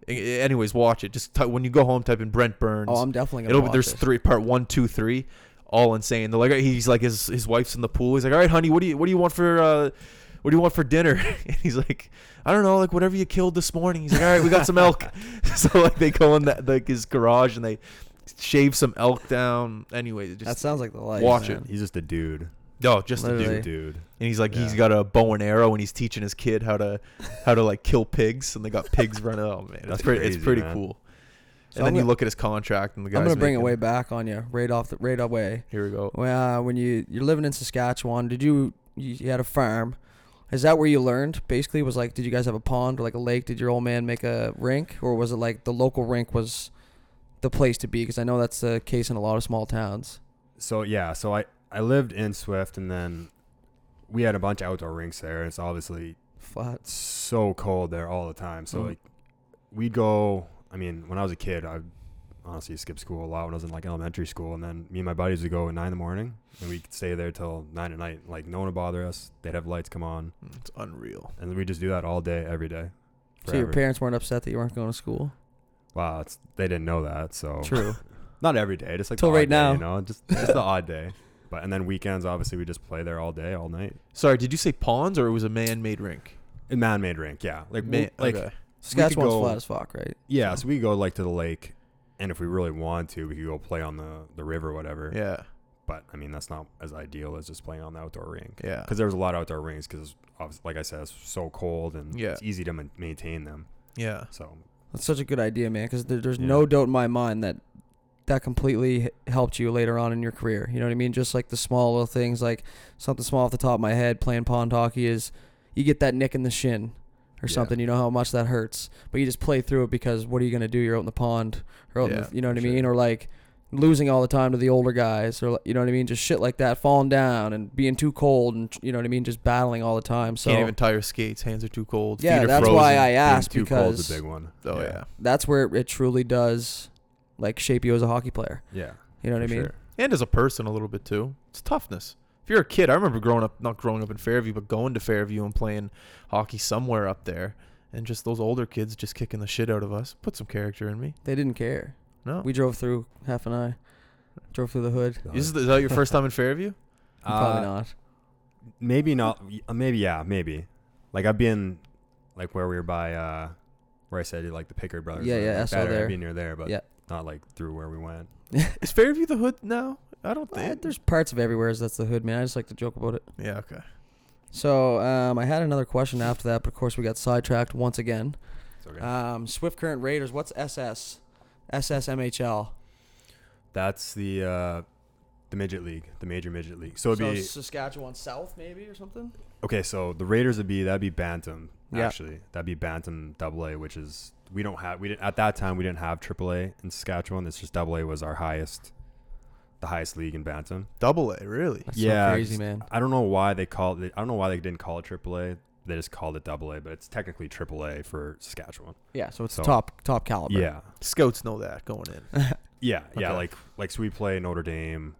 [SPEAKER 1] A- Anyways, watch it. Just ty when you go home, type in Brent Burns.
[SPEAKER 2] Oh, I'm definitely gonna.
[SPEAKER 1] It'll be
[SPEAKER 2] watch
[SPEAKER 1] there's
[SPEAKER 2] this.
[SPEAKER 1] three part one, two, three, all insane. They're like he's like his his wife's in the pool. He's like, all right, honey, what do you what do you want for uh, what do you want for dinner? And he's like, I don't know, like whatever you killed this morning. He's like, all right, we got some elk. so like they go in that like his garage and they shave some elk down. Anyway, it
[SPEAKER 2] That
[SPEAKER 1] just
[SPEAKER 2] sounds like the life.
[SPEAKER 1] watch
[SPEAKER 2] man.
[SPEAKER 3] He's just a dude.
[SPEAKER 1] no, just a
[SPEAKER 3] He's
[SPEAKER 1] dude.
[SPEAKER 2] Literally.
[SPEAKER 3] a dude.
[SPEAKER 1] And he's like, he's
[SPEAKER 3] Yeah.
[SPEAKER 1] got a bow and arrow and he's teaching his kid how to how to like kill pigs. And they got pigs running. Oh man, it's
[SPEAKER 3] That's
[SPEAKER 1] pretty it's
[SPEAKER 3] crazy,
[SPEAKER 1] pretty
[SPEAKER 3] man.
[SPEAKER 1] cool.
[SPEAKER 2] So
[SPEAKER 1] and
[SPEAKER 2] I'm
[SPEAKER 1] then you
[SPEAKER 2] gonna-
[SPEAKER 1] look at his contract and the guy's
[SPEAKER 2] I'm gonna bring it
[SPEAKER 1] making-
[SPEAKER 2] way back on you right off the right away.
[SPEAKER 1] Here we go.
[SPEAKER 2] Well, uh, when you you're living in Saskatchewan, did you you you had a farm? Is that where you learned? Basically, was like, did you guys have a pond or like a lake? Did your old man make a rink, or was it like the local rink was the place to be? Because I know that's the case in a lot of small towns.
[SPEAKER 3] So yeah, so I I lived in Swift, and then we had a bunch of outdoor rinks there. It's obviously
[SPEAKER 2] Flat.
[SPEAKER 3] it's so cold there all the time. So
[SPEAKER 2] Mhm.
[SPEAKER 3] like we'd go. I mean, when I was a kid, I honestly skipped school a lot when I was in like elementary school, and then me and my buddies would go at nine in the morning, and we'd stay there till nine at night. Like no one would bother us. They'd have lights come on,
[SPEAKER 1] It's unreal.
[SPEAKER 3] and we just do that all day, every day.
[SPEAKER 2] So your
[SPEAKER 3] forever.
[SPEAKER 2] parents weren't upset that you weren't going to school.
[SPEAKER 3] Wow, it's, they didn't know that. So
[SPEAKER 2] True.
[SPEAKER 3] not every day, just like the
[SPEAKER 2] Till
[SPEAKER 3] odd
[SPEAKER 2] right
[SPEAKER 3] day,
[SPEAKER 2] now.
[SPEAKER 3] you know, just just the odd day. But and then weekends, obviously, we just play there all day, all night.
[SPEAKER 1] Sorry, did you say ponds or it was a man-made rink?
[SPEAKER 3] A man-made rink, yeah. Like,
[SPEAKER 1] Ma-
[SPEAKER 3] we'll- like
[SPEAKER 1] okay.
[SPEAKER 2] Saskatchewan's
[SPEAKER 3] go-
[SPEAKER 2] flat as fuck, right?
[SPEAKER 3] yeah. So we go like to the lake, and if we really want to, we could go play on the the river, or whatever.
[SPEAKER 1] yeah,
[SPEAKER 3] But I mean, that's not as ideal as just playing on the outdoor rink.
[SPEAKER 1] yeah,
[SPEAKER 3] Because there was a lot of outdoor rinks. Because like I said, it's so cold and
[SPEAKER 1] Yeah.
[SPEAKER 3] it's easy to ma- maintain them.
[SPEAKER 1] yeah.
[SPEAKER 3] So
[SPEAKER 2] That's such a good idea, man. Because there, there's
[SPEAKER 3] Yeah.
[SPEAKER 2] no doubt in my mind that that completely h- helped you later on in your career. You know what I mean? Just like the small little things, like something small off the top of my head, playing pond hockey is you get that nick in the shin or
[SPEAKER 3] Yeah.
[SPEAKER 2] something. You know how much that hurts, but you just play through it because what are you gonna do? You're out in the pond, or out in
[SPEAKER 1] Yeah,
[SPEAKER 2] the, you know what I
[SPEAKER 3] sure.
[SPEAKER 2] mean? Or like losing all the time to the older guys, or like- you know what I mean? Just shit like that, falling down and being too cold, and you know what I mean? Just battling all the time. So
[SPEAKER 1] Can't even tie your skates. Hands are too cold.
[SPEAKER 2] Yeah,
[SPEAKER 1] feet are
[SPEAKER 2] that's
[SPEAKER 1] frozen.
[SPEAKER 2] why I
[SPEAKER 3] being
[SPEAKER 2] asked
[SPEAKER 3] too cold's
[SPEAKER 2] because
[SPEAKER 3] a big one.
[SPEAKER 1] Oh yeah.
[SPEAKER 2] that's where it truly does like shape you as a hockey player.
[SPEAKER 3] yeah.
[SPEAKER 2] You know what I
[SPEAKER 3] for
[SPEAKER 2] mean?
[SPEAKER 3] sure.
[SPEAKER 1] and as a person a little bit too. It's toughness. If you're a kid, I remember growing up, not growing up in Fairview, but going to Fairview and playing hockey somewhere up there, and just those older kids just kicking the shit out of us. Put some character in me.
[SPEAKER 2] They didn't care.
[SPEAKER 1] No,
[SPEAKER 2] We drove through half an eye, drove through the hood.
[SPEAKER 1] is, th- is that your first time in Fairview?
[SPEAKER 2] Probably
[SPEAKER 3] Uh,
[SPEAKER 2] not.
[SPEAKER 3] Maybe not. y- uh, Maybe yeah. Maybe. Like I've been, like where we were by, uh where I said like the Pickard brothers.
[SPEAKER 2] Yeah,
[SPEAKER 3] live,
[SPEAKER 2] yeah,
[SPEAKER 3] like
[SPEAKER 2] I saw
[SPEAKER 3] that area,
[SPEAKER 2] there.
[SPEAKER 3] I've been near there, but
[SPEAKER 2] Yeah.
[SPEAKER 3] not like through where we went.
[SPEAKER 1] Is Fairview the hood now? I don't
[SPEAKER 2] Eh,
[SPEAKER 1] think.
[SPEAKER 2] there's parts of everywhere that's the hood, man. I just like to joke about it.
[SPEAKER 1] yeah, okay.
[SPEAKER 2] So um, I had another question after that, but of course we got sidetracked once again.
[SPEAKER 3] It's okay.
[SPEAKER 2] Um, Swift Current Raiders. What's SS? SSMHL.
[SPEAKER 3] That's the uh the midget league, the major midget league. So
[SPEAKER 2] So
[SPEAKER 3] it'd be
[SPEAKER 2] Saskatchewan South, maybe or something.
[SPEAKER 3] okay. So the Raiders would be that'd be Bantam.
[SPEAKER 2] Yeah.
[SPEAKER 3] Actually, that'd be Bantam Double A, which is we don't have we didn't at that time we didn't have Triple A in Saskatchewan. It's just Double A was our highest, the highest league in Bantam.
[SPEAKER 1] Double A, really?
[SPEAKER 2] That's
[SPEAKER 3] Yeah,
[SPEAKER 2] so crazy,
[SPEAKER 3] just-
[SPEAKER 2] man.
[SPEAKER 3] I don't know why they called it. I don't know why they didn't call it AAA. They just called it Double A, but it's technically AAA for Saskatchewan.
[SPEAKER 2] Yeah, so it's
[SPEAKER 3] So-
[SPEAKER 2] top top caliber.
[SPEAKER 3] Yeah,
[SPEAKER 1] Scouts know that going in.
[SPEAKER 3] yeah, yeah.
[SPEAKER 1] Okay.
[SPEAKER 3] Like like so we play Notre Dame.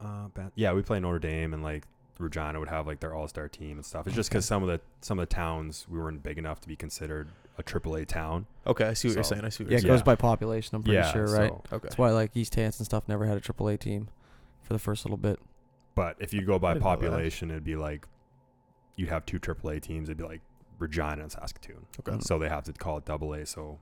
[SPEAKER 3] Uh, Ban- yeah, we play Notre Dame and like Regina would have like their All Star team and stuff. It's just because some of the some of the towns we weren't big enough to be considered a AAA town.
[SPEAKER 1] Okay, I see what you're
[SPEAKER 3] So-
[SPEAKER 1] saying. I see what
[SPEAKER 2] Yeah,
[SPEAKER 1] you're
[SPEAKER 2] it
[SPEAKER 1] saying.
[SPEAKER 2] goes
[SPEAKER 3] Yeah.
[SPEAKER 2] by population. I'm pretty
[SPEAKER 3] yeah,
[SPEAKER 2] sure, right?
[SPEAKER 3] so-
[SPEAKER 1] Okay.
[SPEAKER 2] That's why like East Hanson stuff never had a AAA team for the first little bit.
[SPEAKER 3] but if you go
[SPEAKER 1] I
[SPEAKER 3] by
[SPEAKER 1] didn't know that.
[SPEAKER 3] population, it'd be like you'd have two AAA teams. It'd be like Regina and Saskatoon.
[SPEAKER 1] Okay.
[SPEAKER 3] So they have to call it Double A. So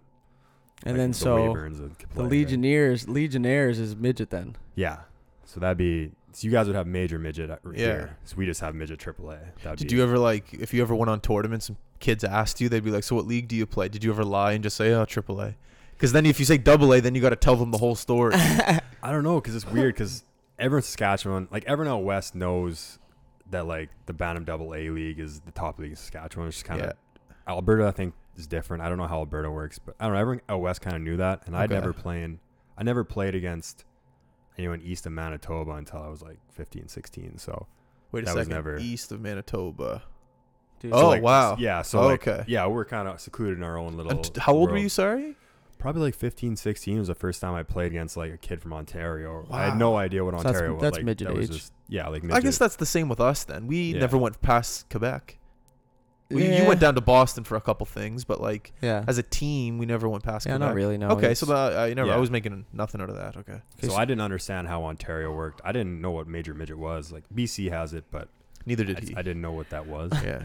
[SPEAKER 2] And
[SPEAKER 3] like,
[SPEAKER 2] then
[SPEAKER 3] the
[SPEAKER 2] so
[SPEAKER 3] Weyburns and
[SPEAKER 2] the
[SPEAKER 3] Kaplan, right?
[SPEAKER 2] Legionnaires, Legionnaires is midget then.
[SPEAKER 3] Yeah. So that'd be so you guys would have major midget at-
[SPEAKER 1] Yeah.
[SPEAKER 3] here. So we just have midget AAA. That'd
[SPEAKER 1] Did
[SPEAKER 3] be
[SPEAKER 1] you ever like if you ever went on tournaments and kids asked you, they'd be like, "So what league do you play?" Did you ever lie and just say, "Oh, triple A?" Because then if you say double A, then you got to tell them the whole story.
[SPEAKER 3] I don't know because it's weird because everyone in Saskatchewan, like everyone out west, knows that like the Bantam Double A League is the top league in Saskatchewan. It's just kind of Alberta, I think, is different. I don't know how Alberta works, but I don't know. Everyone out west kind of knew that, and I'd
[SPEAKER 1] Okay.
[SPEAKER 3] never playing. I never played against anyone east of Manitoba until I was like 15, 16. So
[SPEAKER 1] Wait a
[SPEAKER 3] That was
[SPEAKER 1] second.
[SPEAKER 3] never-
[SPEAKER 1] East of Manitoba.
[SPEAKER 2] Dude,
[SPEAKER 1] Oh,
[SPEAKER 3] So, like,
[SPEAKER 1] wow.
[SPEAKER 3] yeah. So
[SPEAKER 1] Oh,
[SPEAKER 3] like,
[SPEAKER 1] okay.
[SPEAKER 3] yeah, we're kind of secluded in our own little.
[SPEAKER 1] And t- how old were
[SPEAKER 3] world.
[SPEAKER 1] you? Sorry.
[SPEAKER 3] probably like 15 16 was the first time i played against like a kid from ontario i
[SPEAKER 1] Wow.
[SPEAKER 3] had no idea what
[SPEAKER 2] So that's-
[SPEAKER 3] ontario was
[SPEAKER 2] that's
[SPEAKER 3] like,
[SPEAKER 2] midget
[SPEAKER 3] that was
[SPEAKER 2] age.
[SPEAKER 3] just yeah like midget.
[SPEAKER 1] I guess that's the same with us. Then we
[SPEAKER 3] Yeah.
[SPEAKER 1] never went past Quebec. We, You went down to Boston for a couple things, but like
[SPEAKER 2] Yeah.
[SPEAKER 1] as a team, we never went past.
[SPEAKER 2] Yeah,
[SPEAKER 1] Quebec.
[SPEAKER 2] not really. No.
[SPEAKER 1] Okay,
[SPEAKER 2] it's-
[SPEAKER 1] so the, uh, you never. I
[SPEAKER 3] Yeah.
[SPEAKER 1] was making nothing out of that. Okay.
[SPEAKER 2] okay,
[SPEAKER 3] so i didn't understand how ontario worked i didn't know what major midget was like bc has it but
[SPEAKER 1] Neither
[SPEAKER 3] I,
[SPEAKER 1] did he.
[SPEAKER 3] I didn't know what that was 'cause
[SPEAKER 1] yeah.
[SPEAKER 3] we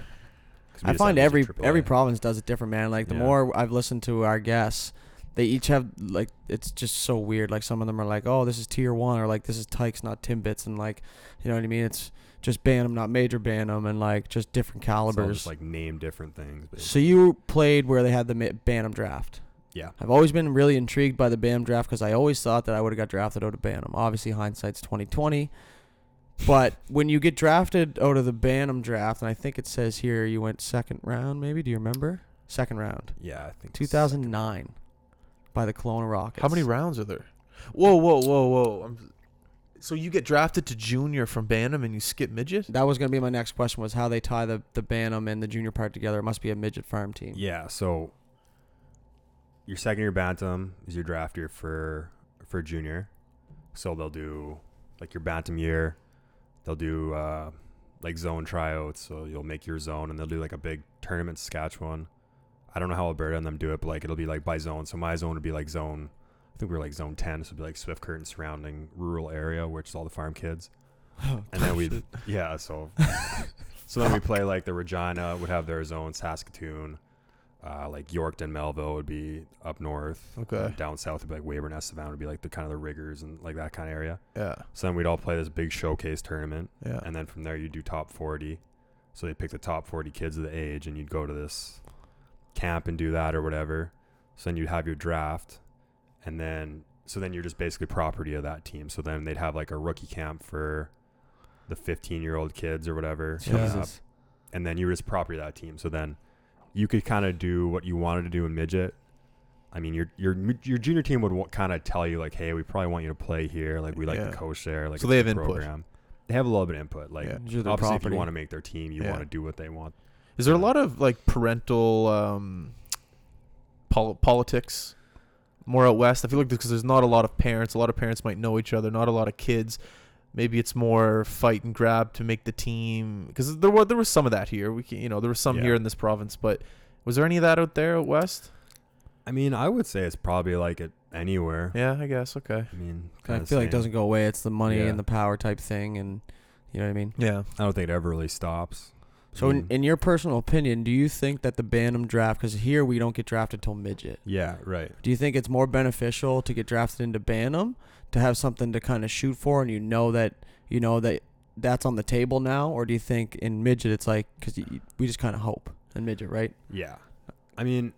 [SPEAKER 2] I
[SPEAKER 3] just
[SPEAKER 2] find
[SPEAKER 3] had midget
[SPEAKER 2] every
[SPEAKER 3] AAA.
[SPEAKER 2] every province does it different, man. Like the
[SPEAKER 3] Yeah.
[SPEAKER 2] more I've listened to our guests, they each have like it's just so weird. Like some of them are like, "Oh, this is tier one," or like, "This is Tykes, not Timbits," and like, you know what I mean? It's just Bantam, not Major Bantam, and like just different
[SPEAKER 3] It's all
[SPEAKER 2] calibers.
[SPEAKER 3] just like name different things but
[SPEAKER 2] So you played where they had the ma- Bantam draft.
[SPEAKER 3] Yeah.
[SPEAKER 2] I've always been really intrigued by the Bantam draft because I always thought that I would have got drafted out of Bantam. Obviously, hindsight's twenty twenty. But when you get drafted out of the Bantam draft, and I think it says here you went second round, maybe. Do you remember? Second round,
[SPEAKER 3] yeah i think
[SPEAKER 2] two thousand nine, by the Kelowna Rockets.
[SPEAKER 1] How many rounds are there? Whoa, whoa, whoa, whoa! I'm, so you get drafted to junior from Bantam and you skip midget?
[SPEAKER 2] That was going to be my next question: was how they tie the the Bantam and the junior part together. It must be a midget farm team.
[SPEAKER 3] yeah so your second year bantam is your draft year for for junior so they'll do like your bantam year they'll do uh like zone tryouts so you'll make your zone and they'll do like a big tournament in saskatchewan i don't know how alberta and them do it but like it'll be like by zone so my zone would be like zone i think we were like zone 10 so it'd be like swift curtain surrounding rural area which is all the farm kids and then we yeah so So then we play like the Regina would have their zone, Saskatoon, uh, like Yorkton, Melville would be up north.
[SPEAKER 1] Okay.
[SPEAKER 3] and Down south would be like Weyburn, Estevan would be like the kind of the riggers and like that kind of area.
[SPEAKER 1] Yeah.
[SPEAKER 3] So then we'd all play this big showcase tournament,
[SPEAKER 1] Yeah.
[SPEAKER 3] and then from there you do top forty. So they pick the top forty kids of the age, and you'd go to this camp and do that or whatever. So then you'd have your draft, and then so then you're just basically property of that team. So then they'd have like a rookie camp for the 15 year old kids or whatever, uh,
[SPEAKER 2] Jesus.
[SPEAKER 3] and then you were just property of that team. So then you could kind of do what you wanted to do in midget. I mean, your your mid- your junior team would kind of tell you like, hey, we probably want you to play here. Like we like
[SPEAKER 1] Yeah.
[SPEAKER 3] the coach there. Like
[SPEAKER 1] So
[SPEAKER 3] it's
[SPEAKER 1] they
[SPEAKER 3] the
[SPEAKER 1] have input.
[SPEAKER 3] They have a little bit of input. Like
[SPEAKER 1] Yeah.
[SPEAKER 2] You're the
[SPEAKER 3] obviously, if
[SPEAKER 2] property.
[SPEAKER 3] you want to make their team, you
[SPEAKER 1] Yeah.
[SPEAKER 3] want to do what they want.
[SPEAKER 1] Is there a lot of like parental um, pol- politics more out west? I feel like because there's not a lot of parents. A lot of parents might know each other. Not a lot of kids. Maybe it's more fight and grab to make the team. Because there was there was some of that here. We can, you know there was some
[SPEAKER 3] Yeah.
[SPEAKER 1] here in this province, but was there any of that out there out west?
[SPEAKER 3] I mean, I would say it's probably like it anywhere.
[SPEAKER 1] Yeah, I guess. Okay.
[SPEAKER 3] I mean,
[SPEAKER 2] I
[SPEAKER 3] kinda
[SPEAKER 2] feel like it
[SPEAKER 3] same.
[SPEAKER 2] doesn't go away. It's the money
[SPEAKER 3] Yeah.
[SPEAKER 2] and the power type thing, and you know what I mean.
[SPEAKER 1] Yeah.
[SPEAKER 3] I don't think it ever really stops. I
[SPEAKER 2] So, in,
[SPEAKER 3] mean,
[SPEAKER 2] in your personal opinion, do you think that the Bantam draft, because here we don't get drafted till midget,
[SPEAKER 3] yeah, right.
[SPEAKER 2] do you think it's more beneficial to get drafted into Bantam to have something to kind of shoot for, and you know that you know that that's on the table now, or do you think in midget it's like because we just kind of hope in midget, right?
[SPEAKER 3] Yeah. I mean,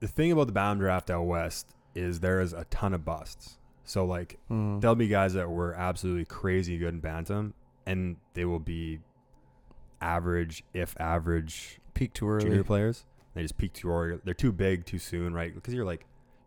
[SPEAKER 3] the thing about the bound draft out west is there is a ton of busts. So like
[SPEAKER 2] Mm.
[SPEAKER 3] there'll be guys that were absolutely crazy good in bantam and they will be average if average
[SPEAKER 2] Peak too early.
[SPEAKER 3] junior players. They just peak too early. They're too big too soon, right? Because you're like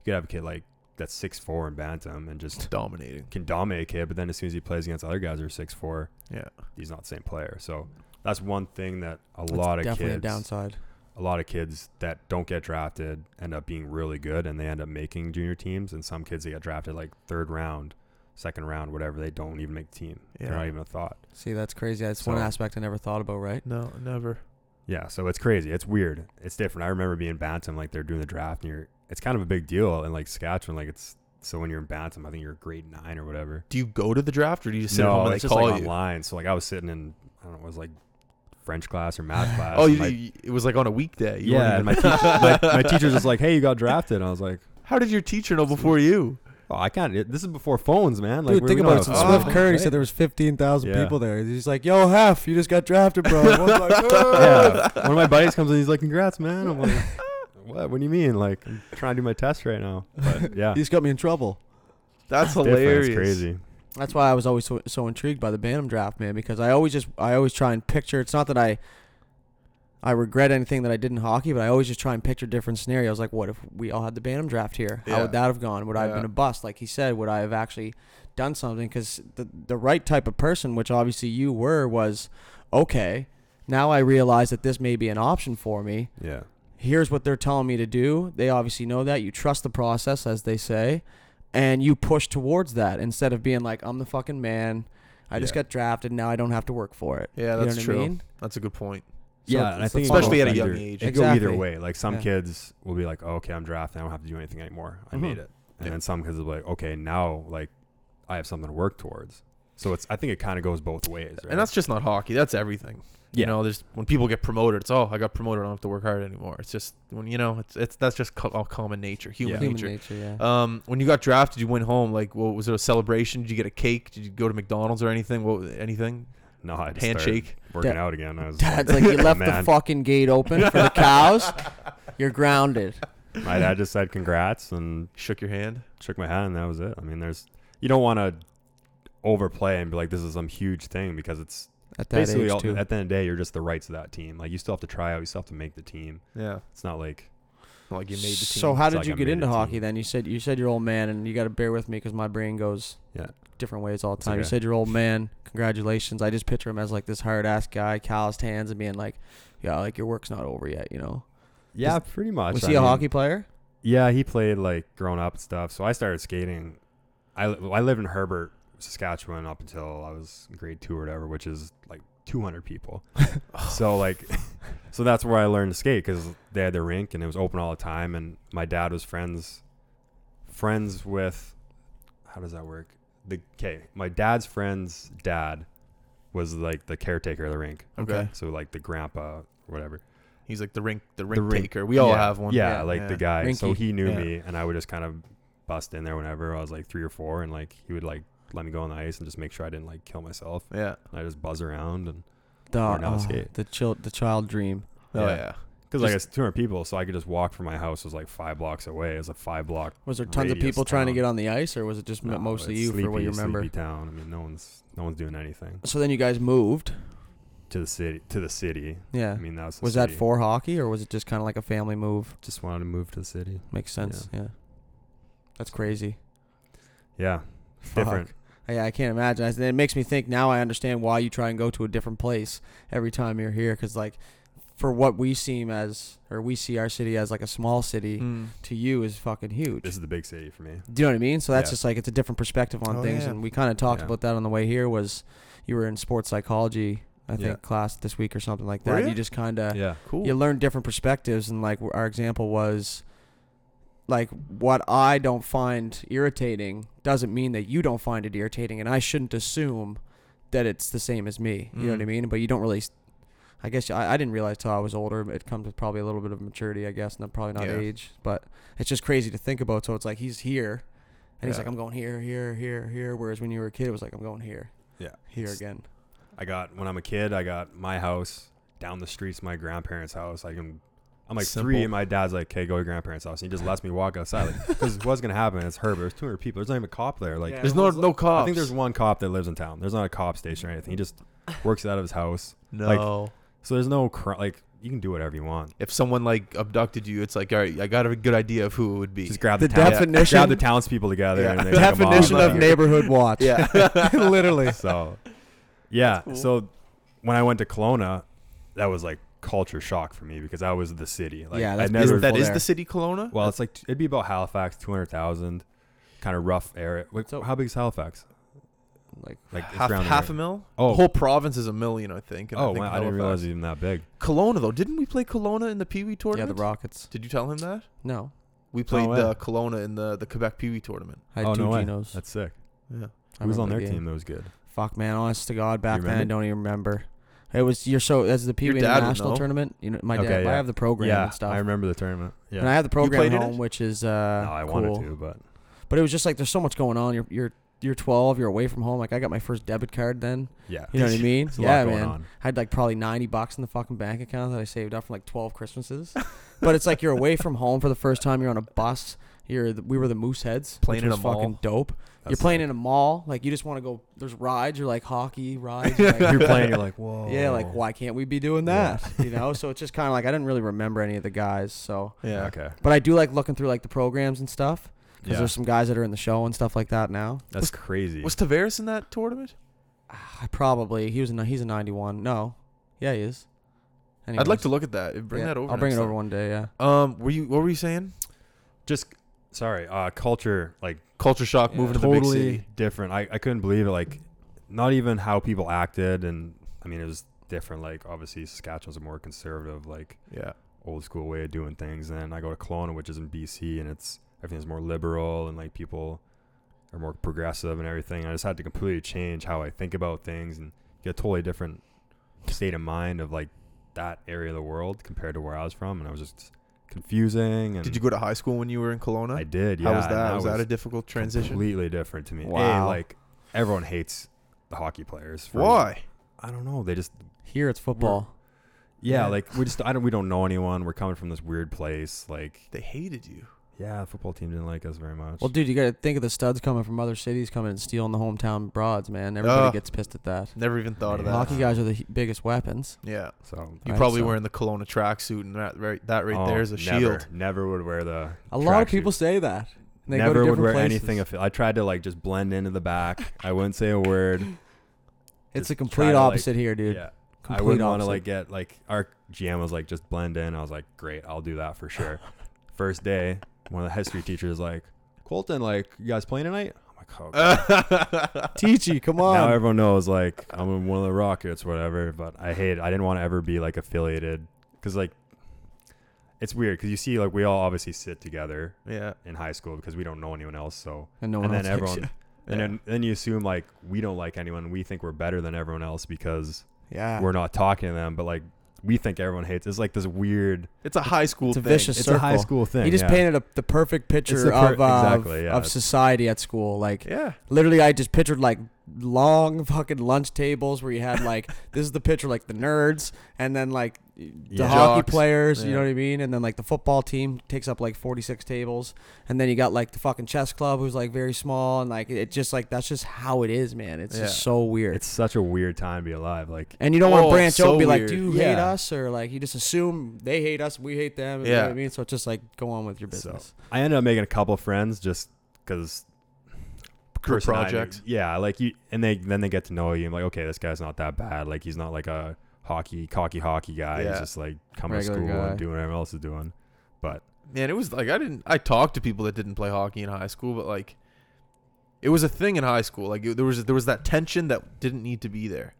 [SPEAKER 3] you could have a kid like that's six four in bantam and just
[SPEAKER 1] Dominating.
[SPEAKER 3] can dominate a kid, but then as soon as he plays against other guys who are six four,
[SPEAKER 1] Yeah.
[SPEAKER 3] he's not the same player. So that's one thing that a
[SPEAKER 2] That's
[SPEAKER 3] lot of
[SPEAKER 2] definitely
[SPEAKER 3] kids
[SPEAKER 2] a downside.
[SPEAKER 3] a lot of kids that don't get drafted end up being really good and they end up making junior teams and some kids that get drafted like third round second round whatever they don't even make the team
[SPEAKER 1] Yeah.
[SPEAKER 3] they're not even a thought
[SPEAKER 2] See, that's crazy. That's one
[SPEAKER 3] So-
[SPEAKER 2] aspect I never thought about, right?
[SPEAKER 1] No, never.
[SPEAKER 3] yeah so it's crazy it's weird it's different i remember being bantam like they're doing the draft and you're it's kind of a big deal in like saskatchewan like it's so when you're in bantam i think you're grade nine or whatever
[SPEAKER 1] Do you go to the draft or do you just sit at home and
[SPEAKER 3] it's
[SPEAKER 1] they
[SPEAKER 3] just
[SPEAKER 1] call
[SPEAKER 3] like
[SPEAKER 1] you?
[SPEAKER 3] online so like i was sitting in i don't know it was like french class or math class
[SPEAKER 1] Oh,
[SPEAKER 3] and
[SPEAKER 1] you,
[SPEAKER 3] my-
[SPEAKER 1] you- it was like on a weekday. You
[SPEAKER 3] yeah, and
[SPEAKER 1] weren't
[SPEAKER 3] my,
[SPEAKER 1] even-
[SPEAKER 3] teach my, my teacher's just like, "Hey, you got drafted." And I was like,
[SPEAKER 1] How did your teacher know before you?
[SPEAKER 3] Oh, I can't. it- This is before phones, man. Like,
[SPEAKER 2] Dude,
[SPEAKER 3] we-
[SPEAKER 2] think
[SPEAKER 3] we
[SPEAKER 2] about
[SPEAKER 3] don't
[SPEAKER 2] it.
[SPEAKER 3] have
[SPEAKER 2] Since
[SPEAKER 1] Oh,
[SPEAKER 3] phones.
[SPEAKER 2] Swift Curry said there was fifteen thousand
[SPEAKER 3] Yeah.
[SPEAKER 2] people there, he's like, "Yo, half, you just got drafted, bro." Everyone's like, "Ah."
[SPEAKER 3] yeah. One of my buddies comes in. He's like, "Congrats, man." I'm like, "What? What do you mean? Like, I'm trying to do my test right now." But yeah,
[SPEAKER 2] He's got me in trouble.
[SPEAKER 1] That's
[SPEAKER 3] different,
[SPEAKER 1] hilarious.
[SPEAKER 3] It's crazy.
[SPEAKER 2] That's why I was always so, so intrigued by the Bantam draft, man, because I always just I always try and picture. It's not that I I regret anything that I did in hockey, but I always just try and picture different scenarios. Like, what if we all had the Bantam draft here? How
[SPEAKER 1] Yeah.
[SPEAKER 2] would that have gone? Would I have
[SPEAKER 1] Yeah.
[SPEAKER 2] been a bust? Like he said, would I have actually done something? Because the the right type of person, which obviously you were, was okay. Now I realize that this may be an option for me.
[SPEAKER 3] Yeah.
[SPEAKER 2] here's what they're telling me to do. They obviously know that. You trust the process, as they say, and you push towards that instead of being like, I'm the fucking man. I just
[SPEAKER 3] Yeah.
[SPEAKER 2] got drafted. Now I don't have to work for it.
[SPEAKER 1] Yeah,
[SPEAKER 2] You know
[SPEAKER 1] that's
[SPEAKER 2] what I
[SPEAKER 1] true.
[SPEAKER 2] mean?
[SPEAKER 1] That's a good point.
[SPEAKER 3] yeah, and I
[SPEAKER 2] it's
[SPEAKER 3] think
[SPEAKER 2] the
[SPEAKER 3] it
[SPEAKER 2] funnel
[SPEAKER 3] goes
[SPEAKER 1] Especially at a
[SPEAKER 3] either-
[SPEAKER 1] young age.
[SPEAKER 3] It could go
[SPEAKER 2] Exactly.
[SPEAKER 3] either way. Like some
[SPEAKER 2] Yeah.
[SPEAKER 3] kids will be like, oh, "Okay, I'm drafted. I don't have to do anything anymore. I
[SPEAKER 1] Mhm.
[SPEAKER 3] made it." And
[SPEAKER 1] Yeah.
[SPEAKER 3] then some kids will be like, "Okay, now like I have something to work towards." So it's I think it kind of goes both ways. Right?
[SPEAKER 1] And that's just not hockey. That's everything. You
[SPEAKER 3] Yeah.
[SPEAKER 1] know, there's when people get promoted, it's oh, I got promoted. I don't have to work hard anymore. It's just when you know, it's it's that's just co- all common nature, human
[SPEAKER 3] Yeah.
[SPEAKER 2] Human
[SPEAKER 1] nature.
[SPEAKER 2] nature, yeah.
[SPEAKER 3] Uh,
[SPEAKER 1] Um, when you got drafted, you went home. Like, what was it a celebration? Did you get a cake? Did you go to McDonald's or anything? What anything?
[SPEAKER 3] no I just started
[SPEAKER 1] Handshake.
[SPEAKER 3] working
[SPEAKER 2] Dad-
[SPEAKER 3] out again. I was
[SPEAKER 2] Dad's like, you left the
[SPEAKER 3] man.
[SPEAKER 2] fucking gate open for the cows. You're grounded.
[SPEAKER 3] my dad just said congrats and
[SPEAKER 1] Shook your hand.
[SPEAKER 3] shook my hand and that was it. I mean, there's you don't want to overplay and be like this is some huge thing because it's
[SPEAKER 2] At that
[SPEAKER 3] basically
[SPEAKER 2] age,
[SPEAKER 3] all,
[SPEAKER 2] too.
[SPEAKER 3] at the end of the day you're just the rights of that team. Like you still have to try out, you still have to make the team.
[SPEAKER 1] Yeah,
[SPEAKER 3] It's not like
[SPEAKER 1] like you made the team.
[SPEAKER 2] So how
[SPEAKER 3] It's
[SPEAKER 2] did
[SPEAKER 3] like
[SPEAKER 2] you
[SPEAKER 3] I
[SPEAKER 2] get
[SPEAKER 3] made
[SPEAKER 2] into
[SPEAKER 3] the
[SPEAKER 2] hockey
[SPEAKER 3] team.
[SPEAKER 2] then? You said you said you're old man, and you got to bear with me because my brain goes
[SPEAKER 3] Yeah.
[SPEAKER 2] different ways all the
[SPEAKER 3] It's
[SPEAKER 2] time. You
[SPEAKER 3] okay.
[SPEAKER 2] said you're old man. Congratulations. I just picture him as like this hard ass guy, calloused hands, and being like, yeah, like your work's not over yet. You know?
[SPEAKER 3] yeah,
[SPEAKER 2] Was-
[SPEAKER 3] pretty much.
[SPEAKER 2] Was
[SPEAKER 3] I
[SPEAKER 2] he a
[SPEAKER 3] mean,
[SPEAKER 2] hockey player?
[SPEAKER 3] Yeah, he played like grown up and stuff. So I started skating. I li- I lived in Herbert, Saskatchewan up until I was in grade two or whatever, which is like 200 people. so like, so that's where I learned to skate because they had their rink and it was open all the time. And my dad was friends, friends with, how does that work? The okay, my dad's friend's dad was like the caretaker of the rink.
[SPEAKER 1] Okay.
[SPEAKER 3] So like the grandpa or whatever.
[SPEAKER 1] He's like the rink, the rink
[SPEAKER 3] rink-
[SPEAKER 1] taker. We all
[SPEAKER 3] yeah,
[SPEAKER 1] have one.
[SPEAKER 3] Yeah, like the guy. So
[SPEAKER 2] Rinky.
[SPEAKER 3] he knew
[SPEAKER 1] Yeah.
[SPEAKER 3] me, and I would just kind of bust in there whenever I was like three or four, and like he would like let me go on the ice and just make sure I didn't like kill myself.
[SPEAKER 1] Yeah.
[SPEAKER 3] And I just buzz around and
[SPEAKER 2] The,
[SPEAKER 3] Or now
[SPEAKER 2] oh,
[SPEAKER 3] skate.
[SPEAKER 2] the child, the child dream.
[SPEAKER 1] Oh
[SPEAKER 3] Yeah.
[SPEAKER 1] yeah.
[SPEAKER 3] because like
[SPEAKER 1] Just-
[SPEAKER 3] it's 200 people, so I could just walk from my house. It was like five blocks away. It was a five block.
[SPEAKER 2] Was there tons of
[SPEAKER 3] Radius
[SPEAKER 2] people trying to
[SPEAKER 3] town.
[SPEAKER 2] get on the ice, or was it just m
[SPEAKER 3] no,
[SPEAKER 2] mostly
[SPEAKER 3] it's
[SPEAKER 2] you for what you
[SPEAKER 3] sleepy,
[SPEAKER 2] remember?
[SPEAKER 3] Sleepy town. I mean, no one's no one's doing anything
[SPEAKER 2] So then you guys moved.
[SPEAKER 3] to the city. To the city.
[SPEAKER 2] Yeah.
[SPEAKER 3] I mean, that was the
[SPEAKER 2] was that
[SPEAKER 3] city.
[SPEAKER 2] for hockey, or was it just kind of like a family move?
[SPEAKER 3] Just wanted to move to the city.
[SPEAKER 2] Makes sense. Yeah. That's crazy.
[SPEAKER 3] Yeah, different.
[SPEAKER 2] Yeah, I can't imagine. I, it makes me think now. I understand why you try and go to a different place every time you're here, because like, for what we seem as, or we see our city as like a small city,
[SPEAKER 1] Mm.
[SPEAKER 2] to you is fucking huge.
[SPEAKER 3] This is the big city for me.
[SPEAKER 2] Do you know what I mean? So that's
[SPEAKER 3] Yeah.
[SPEAKER 2] just like it's a different perspective on
[SPEAKER 1] Oh,
[SPEAKER 2] things,
[SPEAKER 1] yeah.
[SPEAKER 2] and we kind of talked
[SPEAKER 3] Yeah.
[SPEAKER 2] about that on the way here. Was you were in sports psychology, I
[SPEAKER 3] Yeah.
[SPEAKER 2] think, class this week or something like
[SPEAKER 1] Were
[SPEAKER 2] that.
[SPEAKER 1] you?
[SPEAKER 2] You just kind of
[SPEAKER 3] Yeah.
[SPEAKER 1] Cool.
[SPEAKER 2] you learn different perspectives, and like our example was, like what I don't find irritating doesn't mean that you don't find it irritating, and I shouldn't assume that it's the same as me. You know what I
[SPEAKER 1] Mm.
[SPEAKER 2] mean? But you don't really. s- I guess I, I didn't realize till I was older. It comes with probably a little bit of maturity, I guess, and probably not
[SPEAKER 1] Yeah.
[SPEAKER 2] age. But it's just crazy to think about. So it's like he's here, and he's
[SPEAKER 3] Yeah.
[SPEAKER 2] like, I'm going here, here, here, here. Whereas when you were a kid, it was like, I'm going here,
[SPEAKER 3] Yeah.
[SPEAKER 2] here
[SPEAKER 3] It's-
[SPEAKER 2] again.
[SPEAKER 3] I got when I'm a kid, I got my house down the streets, my grandparents' house. I can, I'm like three,
[SPEAKER 1] Simple.
[SPEAKER 3] and my dad's like, "Okay, go to your grandparents' house." And he just lets me walk outside, because what's gonna happen? It's Herbert. There's 200 people. There's not even a cop there. Like,
[SPEAKER 2] Yeah.
[SPEAKER 1] There's no no cops.
[SPEAKER 3] I think there's one cop that lives in town. There's not a cop station or anything. He just works out of his house,
[SPEAKER 1] no.
[SPEAKER 3] so there's no cr- like you can do whatever you want.
[SPEAKER 1] if someone like abducted you, it's like all right, I got a good idea of who it would be.
[SPEAKER 3] Just grab
[SPEAKER 2] The
[SPEAKER 3] the, town-
[SPEAKER 2] definition-
[SPEAKER 3] grab the townspeople together,
[SPEAKER 1] Yeah.
[SPEAKER 3] and they
[SPEAKER 2] The
[SPEAKER 3] take 'em off.
[SPEAKER 2] definition of
[SPEAKER 3] Yeah.
[SPEAKER 2] neighborhood watch.
[SPEAKER 1] Yeah.
[SPEAKER 2] literally.
[SPEAKER 3] so yeah
[SPEAKER 2] cool.
[SPEAKER 3] so when i went to Kelowna, that was like culture shock for me because i was the city like
[SPEAKER 2] Yeah,
[SPEAKER 3] i
[SPEAKER 2] that's
[SPEAKER 3] never
[SPEAKER 1] Isn't that
[SPEAKER 2] Beautiful
[SPEAKER 1] is
[SPEAKER 2] there.
[SPEAKER 1] the city Kelowna?
[SPEAKER 3] well it's like t- it'd be about halifax 200000 kind of rough area Wait,
[SPEAKER 2] So-
[SPEAKER 3] how big is halifax
[SPEAKER 2] Like
[SPEAKER 3] like it's
[SPEAKER 1] half
[SPEAKER 3] around the
[SPEAKER 1] half a
[SPEAKER 3] area.
[SPEAKER 1] mil.
[SPEAKER 3] Oh.
[SPEAKER 1] the whole province is a million, I think. and
[SPEAKER 3] oh
[SPEAKER 1] I, think
[SPEAKER 3] wow, i didn't
[SPEAKER 1] Halifax-
[SPEAKER 3] realize it was even that big
[SPEAKER 1] Kelowna though. Didn't we play Kelowna in the Pee Wee
[SPEAKER 2] yeah,
[SPEAKER 1] tournament?
[SPEAKER 2] the Rockets.
[SPEAKER 1] Did you tell him that?
[SPEAKER 2] No,
[SPEAKER 1] We played
[SPEAKER 3] way.
[SPEAKER 1] uh, Kelowna in the, the Quebec Pee Wee tournament.
[SPEAKER 2] I had
[SPEAKER 3] oh
[SPEAKER 2] two
[SPEAKER 3] no way.
[SPEAKER 2] Genos.
[SPEAKER 3] that's sick
[SPEAKER 1] Yeah.
[SPEAKER 2] I
[SPEAKER 3] who was on
[SPEAKER 2] remember
[SPEAKER 3] their
[SPEAKER 2] the game.
[SPEAKER 3] team that was good
[SPEAKER 2] Fuck man, honest to God, back
[SPEAKER 3] You
[SPEAKER 2] then I
[SPEAKER 3] remember?
[SPEAKER 2] don't even remember. It was you're so as the Pee
[SPEAKER 1] Your
[SPEAKER 2] Wee
[SPEAKER 1] dad would
[SPEAKER 2] International
[SPEAKER 1] know.
[SPEAKER 2] tournament. You know, my
[SPEAKER 3] Okay,
[SPEAKER 2] dad. I
[SPEAKER 3] yeah.
[SPEAKER 2] have the program
[SPEAKER 3] yeah
[SPEAKER 2] and stuff,
[SPEAKER 3] i remember the tournament yeah
[SPEAKER 2] and I have the program
[SPEAKER 1] played
[SPEAKER 2] at
[SPEAKER 1] in it?
[SPEAKER 2] home, which is uh,
[SPEAKER 3] no i
[SPEAKER 2] cool.
[SPEAKER 3] wanted to but
[SPEAKER 2] But it was just like there's so much going on. You're you're you're 12. You're away from home. Like I got my first debit card then.
[SPEAKER 3] yeah
[SPEAKER 2] You know what I mean?
[SPEAKER 3] There's a lot
[SPEAKER 2] yeah,
[SPEAKER 3] going
[SPEAKER 2] man.
[SPEAKER 3] on.
[SPEAKER 2] I had like probably 90 bucks in the fucking bank account that I saved up from like 12 Christmases. but it's like you're away from home for the first time. You're on a bus. You're the, we were the Mooseheads.
[SPEAKER 1] Playing
[SPEAKER 2] which
[SPEAKER 1] in
[SPEAKER 2] was
[SPEAKER 1] a mall.
[SPEAKER 2] fucking dope.
[SPEAKER 3] That's
[SPEAKER 2] you're playing
[SPEAKER 3] sick.
[SPEAKER 2] in a mall. Like you just want to go. There's rides. You're like hockey rides. You're, like,
[SPEAKER 3] If you're playing you're like whoa
[SPEAKER 2] Yeah, like why can't we be doing
[SPEAKER 3] Yeah.
[SPEAKER 2] that? You know, so it's just kind of like I didn't really remember any of the guys. So,
[SPEAKER 1] Yeah.
[SPEAKER 3] okay
[SPEAKER 2] but I do like looking through like the programs and stuff because
[SPEAKER 3] yeah.
[SPEAKER 2] there's some guys that are in the show and stuff like that now.
[SPEAKER 3] that's crazy
[SPEAKER 1] Was Tavares in that tournament?
[SPEAKER 2] Ah, I probably he was a, ni- he's a 91. No, yeah he is.
[SPEAKER 1] I'd like
[SPEAKER 2] Anyways.
[SPEAKER 1] to look at that. Bring
[SPEAKER 2] Yeah,
[SPEAKER 1] that over.
[SPEAKER 2] I'll bring it
[SPEAKER 1] next
[SPEAKER 2] over one day. Yeah.
[SPEAKER 1] time. Um, were you what were you saying?
[SPEAKER 3] just sorry uh culture like
[SPEAKER 1] Culture shock
[SPEAKER 2] Yeah.
[SPEAKER 1] moving to the big
[SPEAKER 3] totally
[SPEAKER 1] city.
[SPEAKER 3] different I, I couldn't believe it like not even how people acted and i mean it was different like obviously saskatchewan's a more conservative like
[SPEAKER 1] Yeah.
[SPEAKER 3] old school way of doing things and then i go to Kelowna, which is in bc and it's everything's more liberal and like people are more progressive and everything i just had to completely change how i think about things and get a totally different state of mind of like that area of the world compared to where i was from and i was just confusing and
[SPEAKER 1] Did you go to high school when you were in Kelowna?
[SPEAKER 3] i did yeah
[SPEAKER 1] How was
[SPEAKER 3] and
[SPEAKER 1] that? Was that a difficult transition?
[SPEAKER 3] Completely different to me. A,
[SPEAKER 2] Wow.
[SPEAKER 3] like everyone hates the hockey players. for-
[SPEAKER 1] Why?
[SPEAKER 3] I don't know. They just
[SPEAKER 2] Here it's football.
[SPEAKER 3] yeah,
[SPEAKER 1] Yeah.
[SPEAKER 3] like we just I don't we don't know anyone. We're coming from this weird place. Like
[SPEAKER 1] They hated you.
[SPEAKER 3] yeah, the football team didn't like us very much.
[SPEAKER 2] Well, dude, you got to think of the studs coming from other cities coming and stealing the hometown broads, man. Everybody
[SPEAKER 1] Ugh.
[SPEAKER 2] gets pissed at that.
[SPEAKER 1] Never even thought of
[SPEAKER 3] Yeah.
[SPEAKER 1] that.
[SPEAKER 2] Hockey guys are the h- biggest weapons.
[SPEAKER 1] Yeah.
[SPEAKER 3] so
[SPEAKER 1] You
[SPEAKER 2] Right,
[SPEAKER 1] probably
[SPEAKER 2] so-
[SPEAKER 1] wearing the Kelowna tracksuit and that right that right
[SPEAKER 3] oh,
[SPEAKER 1] there is a
[SPEAKER 3] never,
[SPEAKER 1] shield.
[SPEAKER 3] Never would wear the.
[SPEAKER 2] A lot of
[SPEAKER 3] tracksuit.
[SPEAKER 2] people say that. And they
[SPEAKER 3] never
[SPEAKER 2] go to
[SPEAKER 3] would
[SPEAKER 2] different
[SPEAKER 3] wear
[SPEAKER 2] places.
[SPEAKER 3] anything. Offi- I tried to like just blend into the back. I wouldn't say a word.
[SPEAKER 2] It's
[SPEAKER 3] Just
[SPEAKER 2] the
[SPEAKER 3] try
[SPEAKER 2] complete
[SPEAKER 3] to, like-
[SPEAKER 2] opposite here, dude.
[SPEAKER 3] yeah, I
[SPEAKER 2] Complete
[SPEAKER 3] wouldn't want to
[SPEAKER 2] opposite.
[SPEAKER 3] like get like our GM was like just blend in. I was like, great, I'll do that for sure. First day, one of the history teachers is like, Colton, like you guys playing tonight? I'm like, oh. God.
[SPEAKER 2] Teachy, come on.
[SPEAKER 3] now everyone knows like I'm in one of the Rockets, whatever. But I hate. I didn't want to ever be like affiliated because like it's weird because you see like we all obviously sit together
[SPEAKER 1] yeah.
[SPEAKER 3] in high school because we don't know anyone else. So
[SPEAKER 2] and no one
[SPEAKER 3] and
[SPEAKER 2] else
[SPEAKER 3] then
[SPEAKER 2] likes
[SPEAKER 3] everyone
[SPEAKER 2] you.
[SPEAKER 3] And
[SPEAKER 1] Yeah.
[SPEAKER 3] then, then you assume like we don't like anyone. We think we're better than everyone else because
[SPEAKER 1] Yeah.
[SPEAKER 3] we're not talking to them. But like we think everyone hates. It's like this weird.
[SPEAKER 1] it's a high school
[SPEAKER 2] It's a
[SPEAKER 1] thing.
[SPEAKER 2] vicious-
[SPEAKER 3] It's a high
[SPEAKER 2] circle.
[SPEAKER 3] school thing.
[SPEAKER 2] he just
[SPEAKER 3] yeah.
[SPEAKER 2] painted a, the perfect picture
[SPEAKER 3] the per-
[SPEAKER 2] of uh,
[SPEAKER 3] exactly, yeah.
[SPEAKER 2] of society at school. Like
[SPEAKER 1] yeah.
[SPEAKER 2] literally, I just pictured like long fucking lunch tables where you had like this is the picture like the nerds, and then like the
[SPEAKER 3] Yeah.
[SPEAKER 2] hockey
[SPEAKER 1] Jocks,
[SPEAKER 2] players. You
[SPEAKER 1] yeah.
[SPEAKER 2] know what I mean? And then like the football team takes up like forty six tables, and then you got like the fucking chess club who's like very small, and like it just like that's just how it is, man. It's just
[SPEAKER 1] Yeah.
[SPEAKER 2] so weird.
[SPEAKER 3] It's such a weird time to be alive. Like
[SPEAKER 2] and you don't want
[SPEAKER 1] Oh,
[SPEAKER 2] to branch out
[SPEAKER 1] so
[SPEAKER 2] and be like,
[SPEAKER 1] weird.
[SPEAKER 2] do you hate
[SPEAKER 3] Yeah.
[SPEAKER 2] us? Or like, you just assume they hate us, we hate them. You know
[SPEAKER 1] Yeah.
[SPEAKER 2] what I mean? So it's just like, go on with your
[SPEAKER 3] So,
[SPEAKER 2] business.
[SPEAKER 3] I ended up making a couple friends just because
[SPEAKER 1] Group projects.
[SPEAKER 3] Yeah, like you, and they then they get to know you. I'm like, okay, this guy's not that bad. Like he's not like a hockey cocky hockey guy.
[SPEAKER 1] Yeah.
[SPEAKER 3] He's just like coming
[SPEAKER 2] Regular
[SPEAKER 3] to school
[SPEAKER 2] guy.
[SPEAKER 3] and doing what everyone else is doing. But
[SPEAKER 1] Man, it was like I didn't. I talked to people that didn't play hockey in high school, but like, it was a thing in high school. Like it, there was there was that tension that didn't need to be there.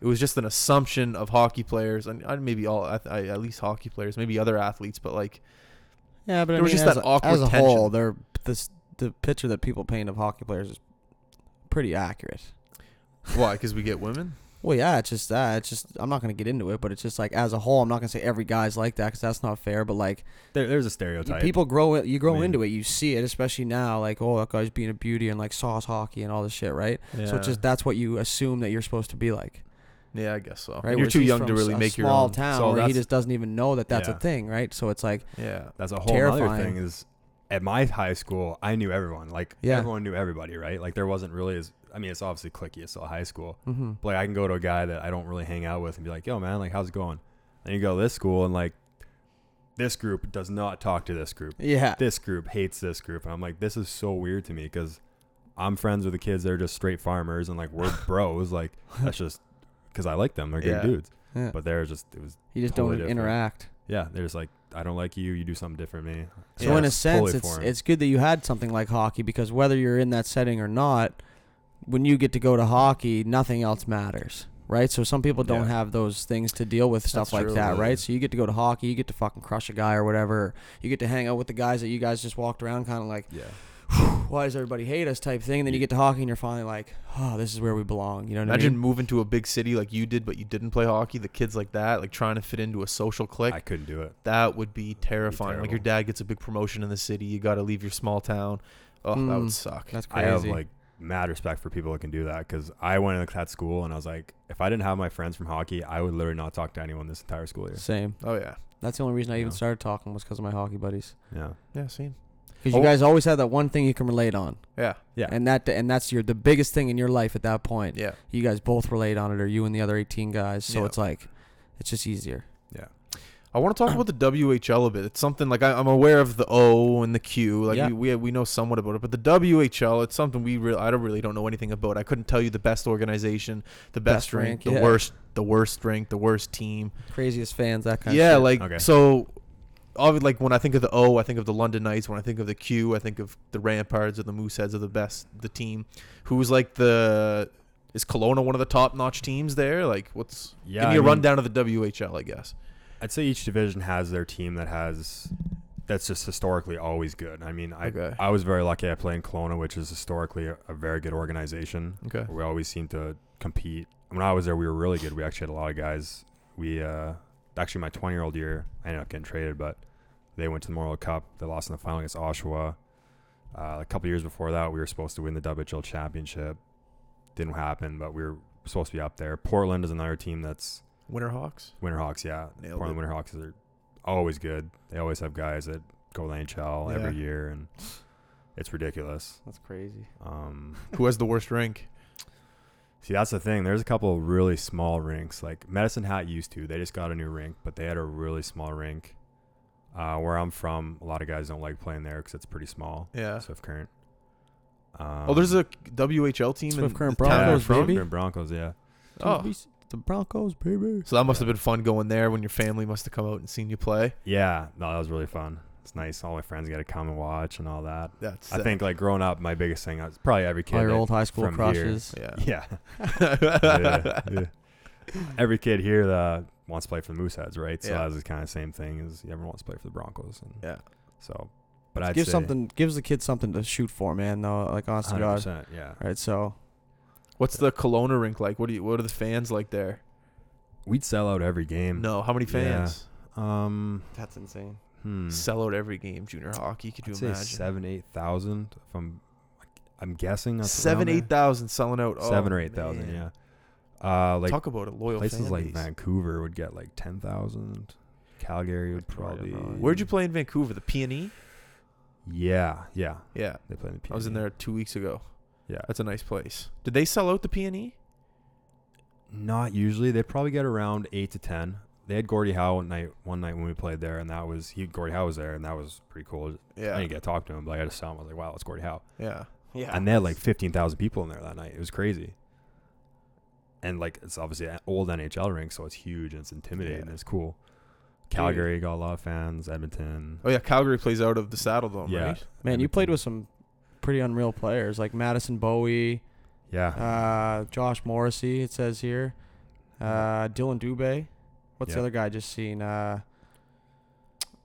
[SPEAKER 1] It was just an assumption of hockey players, and uh, maybe all I, I, at least hockey players, maybe other athletes, but like,
[SPEAKER 2] Yeah, but
[SPEAKER 1] There
[SPEAKER 2] I
[SPEAKER 1] was
[SPEAKER 2] mean,
[SPEAKER 1] just
[SPEAKER 2] as
[SPEAKER 1] that
[SPEAKER 2] a,
[SPEAKER 1] awkward
[SPEAKER 2] as a
[SPEAKER 1] tension.
[SPEAKER 2] whole, they're this the picture that people paint of hockey players is pretty accurate.
[SPEAKER 1] why? Because we get women.
[SPEAKER 2] Well, yeah, it's just that. It's just I'm not gonna get into it, but it's just like as a whole, I'm not gonna say every guy's like that because that's not fair. But like
[SPEAKER 3] there, there's a
[SPEAKER 2] you-
[SPEAKER 3] stereotype.
[SPEAKER 2] people grow, it- you grow
[SPEAKER 3] mean-
[SPEAKER 2] into it, you see it, especially now. Like, oh, that guy's being a beauty and like sauce hockey and all this shit, right? So it's just that's what you assume that you're supposed to be like.
[SPEAKER 1] yeah, I guess so.
[SPEAKER 2] right?
[SPEAKER 1] You're
[SPEAKER 2] Whereas
[SPEAKER 1] too
[SPEAKER 2] he's
[SPEAKER 1] young
[SPEAKER 2] from
[SPEAKER 1] to
[SPEAKER 2] s-
[SPEAKER 1] really
[SPEAKER 2] a
[SPEAKER 1] make your
[SPEAKER 2] small
[SPEAKER 1] own.
[SPEAKER 2] town
[SPEAKER 3] So
[SPEAKER 2] where he
[SPEAKER 3] that's-
[SPEAKER 2] just doesn't even know that that's a
[SPEAKER 3] Yeah.
[SPEAKER 2] thing, right? So it's like,
[SPEAKER 1] Yeah,
[SPEAKER 3] That's a whole other
[SPEAKER 2] Terrifying.
[SPEAKER 3] thing. Is at my high school, I knew everyone. Like
[SPEAKER 2] Yeah.
[SPEAKER 3] everyone knew everybody, right? Like there wasn't really as. I mean, it's obviously clicky. It's still high school.
[SPEAKER 2] mm-hmm.
[SPEAKER 3] But, like I can go to a guy that I don't really hang out with and be like, "Yo, man, like how's it going?" And you go to this school and like, this group does not talk to this group.
[SPEAKER 2] yeah,
[SPEAKER 3] This group hates this group, and I'm like, this is so weird to me because I'm friends with the kids. They're just straight farmers, and like we're bros. Like that's just because I like them. They're good
[SPEAKER 1] Yeah.
[SPEAKER 3] dudes.
[SPEAKER 2] yeah.
[SPEAKER 3] But they're just it was
[SPEAKER 2] you just
[SPEAKER 3] totally
[SPEAKER 2] don't
[SPEAKER 3] different.
[SPEAKER 2] interact.
[SPEAKER 3] yeah. They're just like I don't like you. You do something different than me.
[SPEAKER 2] So
[SPEAKER 1] Yeah,
[SPEAKER 2] in a
[SPEAKER 3] it's
[SPEAKER 2] sense,
[SPEAKER 3] totally
[SPEAKER 2] it's
[SPEAKER 3] foreign.
[SPEAKER 2] it's good that you had something like hockey because whether you're in that setting or not, when you get to go to hockey, nothing else matters, right? So some people don't
[SPEAKER 3] Yeah.
[SPEAKER 2] have those things to deal with stuff
[SPEAKER 3] That's
[SPEAKER 2] like
[SPEAKER 3] true,
[SPEAKER 2] that,
[SPEAKER 3] yeah.
[SPEAKER 2] right? So you get to go to hockey, you get to fucking crush a guy or whatever. You get to hang out with the guys that you guys just walked around, kind of like,
[SPEAKER 3] yeah.
[SPEAKER 2] why does everybody hate us type thing. And then you get to hockey and you're finally like, oh, this is where we belong. You know what
[SPEAKER 1] Imagine
[SPEAKER 2] I mean?
[SPEAKER 1] moving to a big city like you did, but you didn't play hockey. The kids like that, like trying to fit into a social clique.
[SPEAKER 3] I couldn't do it.
[SPEAKER 1] That would be terrifying. like your
[SPEAKER 3] terrible.
[SPEAKER 1] dad gets a big promotion in the city, you got to leave your small town. Oh, that
[SPEAKER 2] Mm.
[SPEAKER 1] would suck.
[SPEAKER 2] That's
[SPEAKER 3] I
[SPEAKER 2] crazy.
[SPEAKER 3] have like mad respect for people that can do that because I went to that school and I was like, if I didn't have my friends from hockey, I would literally not talk to anyone this entire school year.
[SPEAKER 2] Same.
[SPEAKER 1] Oh yeah,
[SPEAKER 2] That's the only reason I even
[SPEAKER 3] Yeah.
[SPEAKER 2] started talking was because of my hockey buddies.
[SPEAKER 3] Yeah,
[SPEAKER 1] yeah, same.
[SPEAKER 2] Because you
[SPEAKER 1] Oh.
[SPEAKER 2] guys always have that one thing you can relate on.
[SPEAKER 1] Yeah,
[SPEAKER 3] yeah,
[SPEAKER 2] and that and that's your the biggest thing in your life at that point.
[SPEAKER 1] yeah.
[SPEAKER 2] You guys both relate on it, or you and the other eighteen guys. So
[SPEAKER 1] Yeah.
[SPEAKER 2] it's like, it's just easier.
[SPEAKER 3] yeah.
[SPEAKER 1] I want to talk about the WHL a bit. It's something like I, I'm aware of the O and the Q. Like
[SPEAKER 2] Yeah.
[SPEAKER 1] we, we we know somewhat about it, but the WHL, it's something we real I don't really don't know anything about. I couldn't tell you the best organization, the best,
[SPEAKER 2] Best
[SPEAKER 1] rank,
[SPEAKER 2] rank,
[SPEAKER 1] the
[SPEAKER 2] yeah.
[SPEAKER 1] worst, the worst rank, the worst team.
[SPEAKER 2] Craziest fans, that kind.
[SPEAKER 1] yeah,
[SPEAKER 2] of shit.
[SPEAKER 1] like
[SPEAKER 3] Okay.
[SPEAKER 1] so. Obviously, like when I think of the O, I think of the London Knights. When I think of the Q, I think of the Ramparts or the Mooseheads are the best. The team who's like the is Kelowna one of the top notch teams there? Like what's
[SPEAKER 3] Yeah,
[SPEAKER 1] give me
[SPEAKER 3] I
[SPEAKER 1] a
[SPEAKER 3] mean-
[SPEAKER 1] rundown of the WHL, I guess.
[SPEAKER 3] I'd say each division has their team that has that's just historically always good. I mean, I
[SPEAKER 1] Okay.
[SPEAKER 3] I was very lucky. I played in Kelowna, which is historically a, a very good organization.
[SPEAKER 1] Okay.
[SPEAKER 3] We always seem to compete. When I was there, we were really good. We actually had a lot of guys. We uh, actually my 20 year old year, I ended up getting traded, but they went to the Memorial Cup. They lost in the final against Oshawa. Uh, a couple years before that, we were supposed to win the WHL championship. Didn't happen, but we were supposed to be up there. Portland is another team that's
[SPEAKER 1] Winterhawks.
[SPEAKER 3] Winterhawks, yeah.
[SPEAKER 1] Nailed
[SPEAKER 3] Portland Winterhawks are always good. They always have guys that go to the NHL every
[SPEAKER 1] Yeah.
[SPEAKER 3] year, and it's ridiculous.
[SPEAKER 2] that's crazy.
[SPEAKER 3] Um,
[SPEAKER 1] Who has the worst rank?
[SPEAKER 3] see, that's the thing. There's a couple of really small rinks. Like Medicine Hat used to. They just got a new rink, but they had a really small rink. Uh, where I'm from, a lot of guys don't like playing there because it's pretty small.
[SPEAKER 1] Yeah.
[SPEAKER 3] Swift Current. Um,
[SPEAKER 1] oh, there's a WHL team in
[SPEAKER 2] Swift Current
[SPEAKER 1] the town
[SPEAKER 3] yeah,
[SPEAKER 1] you're
[SPEAKER 2] Broncos,
[SPEAKER 1] from?
[SPEAKER 2] baby.
[SPEAKER 3] Swift Current Broncos, yeah.
[SPEAKER 1] Oh,
[SPEAKER 2] the Broncos, baby.
[SPEAKER 1] so that must have
[SPEAKER 3] Yeah.
[SPEAKER 1] been fun going there when your family must have come out and seen you play.
[SPEAKER 3] Yeah, no, that was really fun. It's nice. All my friends got to come and watch and all that.
[SPEAKER 1] That's
[SPEAKER 3] I
[SPEAKER 1] sick.
[SPEAKER 3] think like growing up, my biggest thing was probably every kid.
[SPEAKER 2] All your
[SPEAKER 3] that-
[SPEAKER 2] old high school
[SPEAKER 3] from here.
[SPEAKER 2] crushes.
[SPEAKER 1] yeah.
[SPEAKER 3] Yeah. yeah, yeah. Every kid here that wants to play for the Mooseheads, right? So
[SPEAKER 1] Yeah.
[SPEAKER 3] that's the kind of same thing as everyone wants to play for the Broncos. And
[SPEAKER 1] Yeah.
[SPEAKER 3] So But I'd
[SPEAKER 2] Give
[SPEAKER 3] say
[SPEAKER 2] something gives the kid something to shoot for, man. Though, like honest to God.
[SPEAKER 3] 100%. Yeah.
[SPEAKER 2] Right, so
[SPEAKER 1] What's the Kelowna rink like? What do you? What are the fans like there?
[SPEAKER 3] We'd sell out every game.
[SPEAKER 1] No, how many fans
[SPEAKER 3] Um.
[SPEAKER 2] that's insane.
[SPEAKER 3] Hmm.
[SPEAKER 1] sell out every game? Junior hockey? Could you
[SPEAKER 3] I'd say
[SPEAKER 1] imagine?
[SPEAKER 3] seven, eight thousand. If I'm, I'm guessing that's
[SPEAKER 1] Seven,
[SPEAKER 3] around
[SPEAKER 1] eight thousand selling out.
[SPEAKER 3] there.
[SPEAKER 1] Oh,
[SPEAKER 3] Seven or eight thousand. Yeah.
[SPEAKER 1] man.
[SPEAKER 3] Uh, like
[SPEAKER 1] Talk about a loyal
[SPEAKER 3] places
[SPEAKER 1] fan
[SPEAKER 3] like
[SPEAKER 1] base.
[SPEAKER 3] Vancouver would get like ten thousand. Calgary would
[SPEAKER 2] Victoria,
[SPEAKER 3] probably.
[SPEAKER 2] probably.
[SPEAKER 1] Where'd you play in Vancouver? The PNE?
[SPEAKER 3] Yeah, yeah.
[SPEAKER 1] Yeah,
[SPEAKER 3] They play in the.
[SPEAKER 1] I was in
[SPEAKER 3] PNE.
[SPEAKER 1] there two weeks ago.
[SPEAKER 3] Yeah.
[SPEAKER 1] That's a nice place. Did they sell out the E? PNE?
[SPEAKER 3] Not usually. They probably get around eight to ten. They had Gordie Howe one night. One night when we played there, and that was he. Gordie Howe was there, and that was pretty cool. I
[SPEAKER 1] Yeah,
[SPEAKER 3] didn't get to talk to him, but I just saw him. I was like, wow, it's Gordie Howe.
[SPEAKER 1] yeah.
[SPEAKER 2] Yeah,
[SPEAKER 3] and they had like 15,000 people in there that night. It was crazy. And like it's obviously an old NHL rink, so it's huge and it's intimidating.
[SPEAKER 1] Yeah.
[SPEAKER 3] It's cool. Calgary got a lot of fans. Edmonton.
[SPEAKER 1] Oh yeah, Calgary plays out of the Saddledome,
[SPEAKER 3] Yeah.
[SPEAKER 1] right?
[SPEAKER 2] man, you played with some pretty unreal players like Madison Bowie,
[SPEAKER 3] Yeah,
[SPEAKER 2] uh, Josh Morrissey. It says here, uh, Dylan Dubé. What's the
[SPEAKER 3] Yeah.
[SPEAKER 2] other guy I just seen? Uh,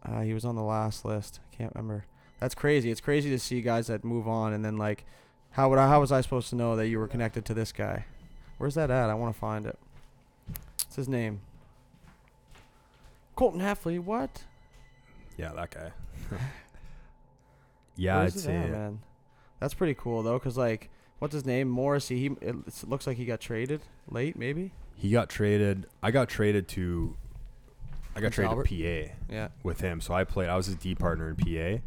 [SPEAKER 2] uh, he was on the last list. I can't remember. That's crazy. It's crazy to see guys that move on and then like, how would I? How was I supposed to know that you were connected to this guy? Where's that at? I want to find it. What's his name? Colton Heffley. What?
[SPEAKER 3] yeah, that guy. yeah,
[SPEAKER 2] Where's
[SPEAKER 3] I'd
[SPEAKER 2] it at,
[SPEAKER 3] say
[SPEAKER 2] man. That's pretty cool though, cause like, what's his name? Morrissey. He it s- looks like he got traded late, maybe.
[SPEAKER 3] he got traded. I got traded to. I got
[SPEAKER 2] Prince
[SPEAKER 3] traded
[SPEAKER 2] Albert?
[SPEAKER 3] to PA
[SPEAKER 2] Yeah.
[SPEAKER 3] with him, so I played. I was his D partner in PA,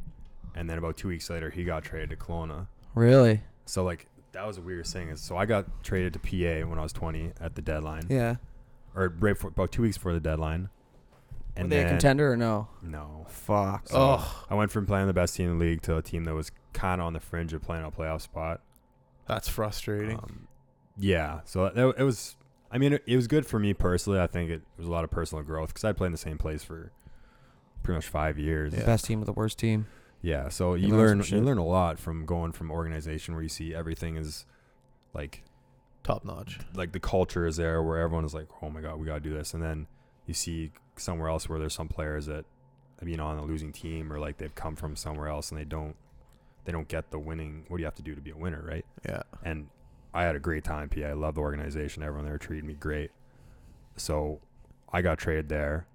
[SPEAKER 3] and then about two weeks later, he got traded to Kelowna.
[SPEAKER 2] Really?
[SPEAKER 3] So like that was the weirdest thing. Is so I got traded to PA when I was 20 at the deadline.
[SPEAKER 2] Yeah.
[SPEAKER 3] or right before, about two weeks before the deadline.
[SPEAKER 2] Were
[SPEAKER 3] And
[SPEAKER 2] they a
[SPEAKER 3] then-
[SPEAKER 2] contender or no?
[SPEAKER 3] No.
[SPEAKER 2] Fuck.
[SPEAKER 3] So
[SPEAKER 1] Oh,
[SPEAKER 3] I went from playing the best team in the league to a team that was kind of on the fringe of playing a playoff spot.
[SPEAKER 1] that's frustrating.
[SPEAKER 3] Um, yeah. So that, it was. I mean, it, it was good for me personally. I think it was a lot of personal growth because I played in the same place for pretty much five years.
[SPEAKER 1] Yeah.
[SPEAKER 2] Best team with the worst team.
[SPEAKER 3] Yeah, so
[SPEAKER 2] You
[SPEAKER 3] you
[SPEAKER 2] learn some
[SPEAKER 3] learn you
[SPEAKER 2] shit.
[SPEAKER 3] learn a lot from going from organization where you see everything is like
[SPEAKER 1] Top notch.
[SPEAKER 3] like the culture is there where everyone is like, oh my god, we gotta do this, and then you see somewhere else where there's some players that have been on a losing team or like they've come from somewhere else and they don't they don't get the winning. What do you have to do to be a winner, right?
[SPEAKER 1] Yeah.
[SPEAKER 3] And I had a great time. PA, I love the organization. Everyone there treated me great. So I got traded there,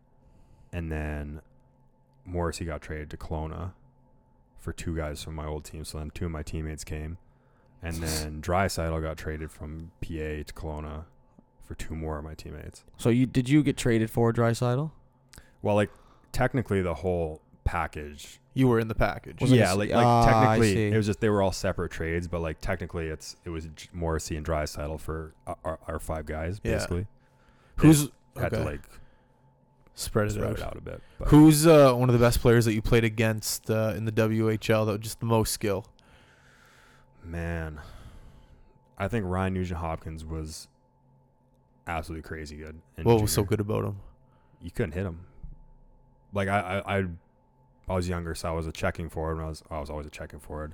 [SPEAKER 3] and then Morrissey got traded to Kelowna for two guys from my old team. So then two of my teammates came, and then Drysidle got traded from PA to Kelowna for two more of my teammates.
[SPEAKER 2] So you did you get traded for Drysidle?
[SPEAKER 3] Well, like technically the whole package.
[SPEAKER 1] You were in the package.
[SPEAKER 2] Was it
[SPEAKER 3] yeah,
[SPEAKER 2] a-
[SPEAKER 3] like,
[SPEAKER 2] Ah, I
[SPEAKER 3] like technically
[SPEAKER 2] see.
[SPEAKER 3] it was just they were all separate trades, but like technically it's it was J- Morrissey and Drysidle for our- our, our five guys
[SPEAKER 1] Yeah.
[SPEAKER 3] basically.
[SPEAKER 1] Who's
[SPEAKER 3] Had to
[SPEAKER 1] okay.
[SPEAKER 3] like
[SPEAKER 1] spread it
[SPEAKER 3] spread
[SPEAKER 1] out?
[SPEAKER 3] it out a bit. But
[SPEAKER 1] Who's uh, one of the best players that you played against uh, in the WHL? That just the most skill.
[SPEAKER 3] man, I think Ryan Nugent Hopkins was absolutely crazy good. in
[SPEAKER 1] What was so
[SPEAKER 3] junior.
[SPEAKER 1] good about him?
[SPEAKER 3] you couldn't hit him. Like I, I, I, I was younger, so I was a checking forward. When I was, I was always a checking forward.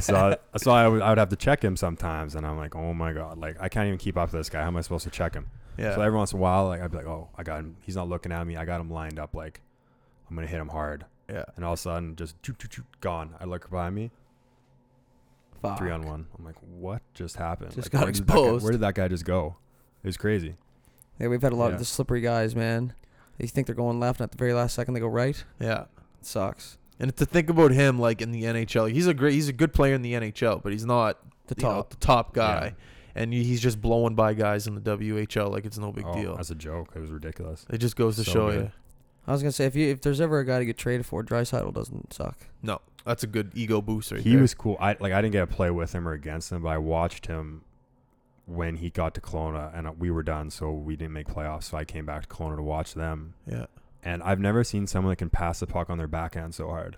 [SPEAKER 3] so, I, so I would, I would have to check him sometimes, and I'm like, oh my god, like I can't even keep up to this guy. How am I supposed to check him?
[SPEAKER 1] Yeah.
[SPEAKER 3] So every once in a while, like I'd be like, oh, I got him. He's not looking at me. I got him lined up. Like I'm gonna hit him hard,
[SPEAKER 1] yeah.
[SPEAKER 3] and all of a sudden, just choo, choo, choo, gone. I look behind me,
[SPEAKER 2] Fuck.
[SPEAKER 3] three on one. I'm like, what just happened?
[SPEAKER 2] Just
[SPEAKER 3] Like,
[SPEAKER 2] got
[SPEAKER 3] where did that guy-
[SPEAKER 2] exposed.
[SPEAKER 3] where did that guy just go? It was crazy.
[SPEAKER 2] Yeah, we've had a lot
[SPEAKER 3] Yeah.
[SPEAKER 2] of the slippery guys, man. They think they're going left, and at the very last second they go right.
[SPEAKER 1] Yeah.
[SPEAKER 2] It sucks.
[SPEAKER 1] And to think about him, like in the NHL, he's a great, he's a good player in the NHL, but he's not
[SPEAKER 2] The
[SPEAKER 1] you know,
[SPEAKER 2] top.
[SPEAKER 1] the top guy, and you- he's just blowing by guys in the WHL like it's no big
[SPEAKER 3] Oh,
[SPEAKER 1] deal.
[SPEAKER 3] That's a joke. It was ridiculous.
[SPEAKER 1] It just goes to
[SPEAKER 3] so
[SPEAKER 1] show
[SPEAKER 3] good.
[SPEAKER 1] you,
[SPEAKER 2] I was gonna say if you if there's ever a guy to get traded for, Drysidle doesn't suck.
[SPEAKER 1] that's a good ego boost right
[SPEAKER 3] he
[SPEAKER 1] there.
[SPEAKER 3] was cool. I like I didn't get to play with him or against him, but I watched him when he got to Kelowna, and uh, we were done, so we didn't make playoffs. So I came back to Kelowna to watch them,
[SPEAKER 1] yeah,
[SPEAKER 3] and I've never seen someone that can pass the puck on their backhand so hard.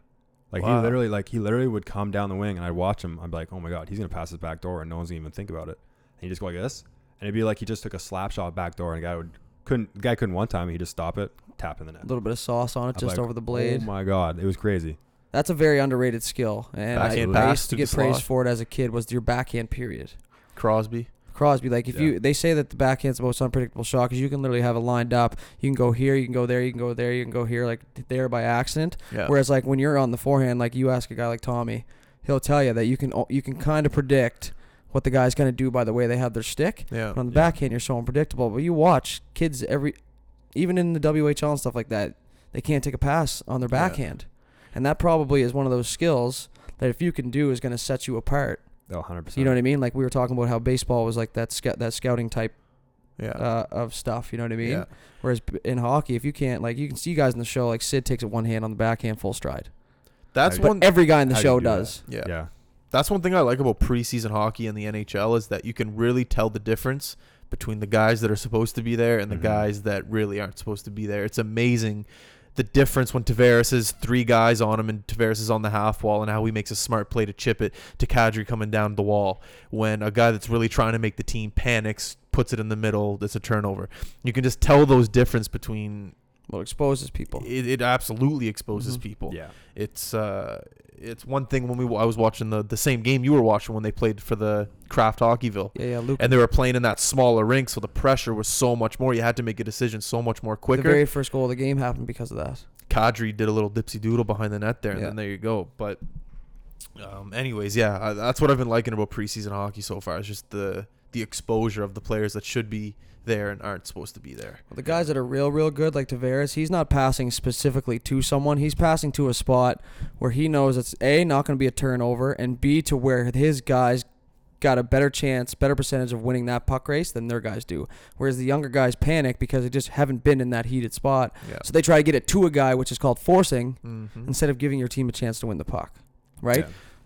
[SPEAKER 3] Like
[SPEAKER 1] Wow.
[SPEAKER 3] he literally, like he literally would come down the wing, and I'd watch him. I'd be like, "Oh my god, he's gonna pass his back door," and no one's gonna even think about it. And he just go like this, and it'd be like he just took a slap shot back door, and the guy would couldn't the guy couldn't one time. He would just stop it, tap in the net.
[SPEAKER 2] A little bit of sauce on it,
[SPEAKER 3] I'm
[SPEAKER 2] just
[SPEAKER 3] like,
[SPEAKER 2] over the blade.
[SPEAKER 3] Oh my god, it was crazy.
[SPEAKER 2] That's a very underrated skill, and I,
[SPEAKER 3] Backhand
[SPEAKER 2] I
[SPEAKER 1] pass
[SPEAKER 2] used to
[SPEAKER 1] to the
[SPEAKER 2] get praised
[SPEAKER 1] slot.
[SPEAKER 2] for it as a kid. Was your backhand period?
[SPEAKER 1] Crosby.
[SPEAKER 2] Crosby. Like if
[SPEAKER 3] Yeah.
[SPEAKER 2] you, they say that the backhand's the most unpredictable shot because you can literally have it lined up. You can go here, you can go there, you can go there, you can go here, like there by accident.
[SPEAKER 1] Yeah.
[SPEAKER 2] Whereas like when you're on the forehand, like you ask a guy like Tommy, he'll tell you that you can you can kind of predict what the guy's going to do by the way they have their stick.
[SPEAKER 1] yeah.
[SPEAKER 2] But on the
[SPEAKER 3] Yeah.
[SPEAKER 2] backhand, you're so unpredictable. But you watch kids every, even in the WHL and stuff like that, they can't take a pass on their
[SPEAKER 1] Yeah.
[SPEAKER 2] backhand, and that probably is one of those skills that if you can do is going to set you apart.
[SPEAKER 3] Oh, 100 percent.
[SPEAKER 2] You know what I mean? Like we were talking about how baseball was like that sc- that scouting type
[SPEAKER 1] Yeah.
[SPEAKER 2] uh, of stuff. You know what I mean?
[SPEAKER 1] yeah.
[SPEAKER 2] Whereas b- in hockey, if you can't like you can see guys in the show like Sid takes it one hand on the backhand full stride.
[SPEAKER 1] That's
[SPEAKER 3] I-
[SPEAKER 1] one.
[SPEAKER 2] But every guy in the
[SPEAKER 3] How do you
[SPEAKER 2] show
[SPEAKER 3] do that?
[SPEAKER 2] does.
[SPEAKER 1] yeah.
[SPEAKER 3] Yeah.
[SPEAKER 1] That's one thing I like about preseason hockey and the NHL is that you can really tell the difference between the guys that are supposed to be there and the
[SPEAKER 3] Mhm.
[SPEAKER 1] guys that really aren't supposed to be there. It's amazing the difference when Tavares has three guys on him and Tavares is on the half wall and how he makes a smart play to chip it to Kadri coming down the wall. When a guy that's really trying to make the team panics, puts it in the middle, it's a turnover. You can just tell those difference between
[SPEAKER 2] Well, it exposes people.
[SPEAKER 1] it, it absolutely exposes
[SPEAKER 2] Mhm.
[SPEAKER 1] people
[SPEAKER 3] Yeah.
[SPEAKER 1] it's uh, it's one thing when we I was watching the the same game you were watching when they played for the Craft Hockeyville,
[SPEAKER 2] Yeah, yeah. Luke,
[SPEAKER 1] and they were playing in that smaller rink, so the pressure was so much more. You had to make a decision so much more
[SPEAKER 2] the
[SPEAKER 1] quicker.
[SPEAKER 2] very first goal of the game happened because of that.
[SPEAKER 1] Kadri did a little dipsy doodle behind the net there, and
[SPEAKER 2] Yeah.
[SPEAKER 1] then there you go. But, um, anyways, yeah, I, that's what I've been liking about preseason hockey so far. It's just the the exposure of the players that should be there and aren't supposed to be there.
[SPEAKER 2] Well, the guys that are real, real good, like Tavares, he's not passing specifically to someone. He's passing to a spot where he knows it's A, not going to be a turnover, and B, to where his guys got a better chance, better percentage of winning that puck race than their guys do. Whereas the younger guys panic because they just haven't been in that heated spot.
[SPEAKER 1] Yeah.
[SPEAKER 2] So they try to get it to a guy, which is called forcing,
[SPEAKER 1] Mm-hmm.
[SPEAKER 2] instead of giving your team a chance to win the puck. Right?
[SPEAKER 3] Yeah.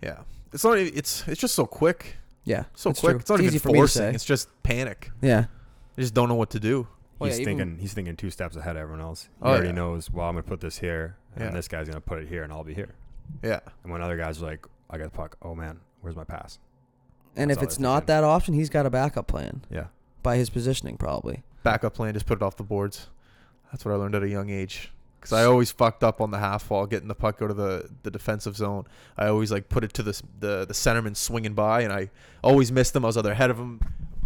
[SPEAKER 1] Yeah. It's not. even- It's it's just so quick,
[SPEAKER 2] Yeah.
[SPEAKER 1] so
[SPEAKER 2] it's
[SPEAKER 1] quick.
[SPEAKER 2] true.
[SPEAKER 1] It's not
[SPEAKER 2] easy
[SPEAKER 1] even
[SPEAKER 2] for me to
[SPEAKER 1] forcing.
[SPEAKER 2] say.
[SPEAKER 1] It's just panic.
[SPEAKER 2] Yeah.
[SPEAKER 1] They just don't know what to do.
[SPEAKER 2] Well,
[SPEAKER 3] he's
[SPEAKER 2] yeah, even-
[SPEAKER 3] thinking. he's thinking two steps ahead of everyone else. He
[SPEAKER 1] Oh,
[SPEAKER 3] already
[SPEAKER 1] yeah.
[SPEAKER 3] knows. Well, I'm gonna put this here, and
[SPEAKER 1] Yeah.
[SPEAKER 3] this guy's gonna put it here, and I'll be here.
[SPEAKER 1] Yeah.
[SPEAKER 3] And when other guys are like, I got the puck. Oh man, where's my pass?
[SPEAKER 2] And
[SPEAKER 3] That's
[SPEAKER 2] if
[SPEAKER 3] all
[SPEAKER 2] it's
[SPEAKER 3] they're
[SPEAKER 2] not
[SPEAKER 3] thinking.
[SPEAKER 2] that option, he's got a backup plan
[SPEAKER 3] Yeah.
[SPEAKER 2] by his positioning, probably.
[SPEAKER 1] Backup plan, just put it off the boards. That's what I learned at a young age. Because I always fucked up on the half wall, getting the puck out of the, the defensive zone. I always like put it to the, s- the the centerman swinging by, and I always missed them. I was either ahead of him,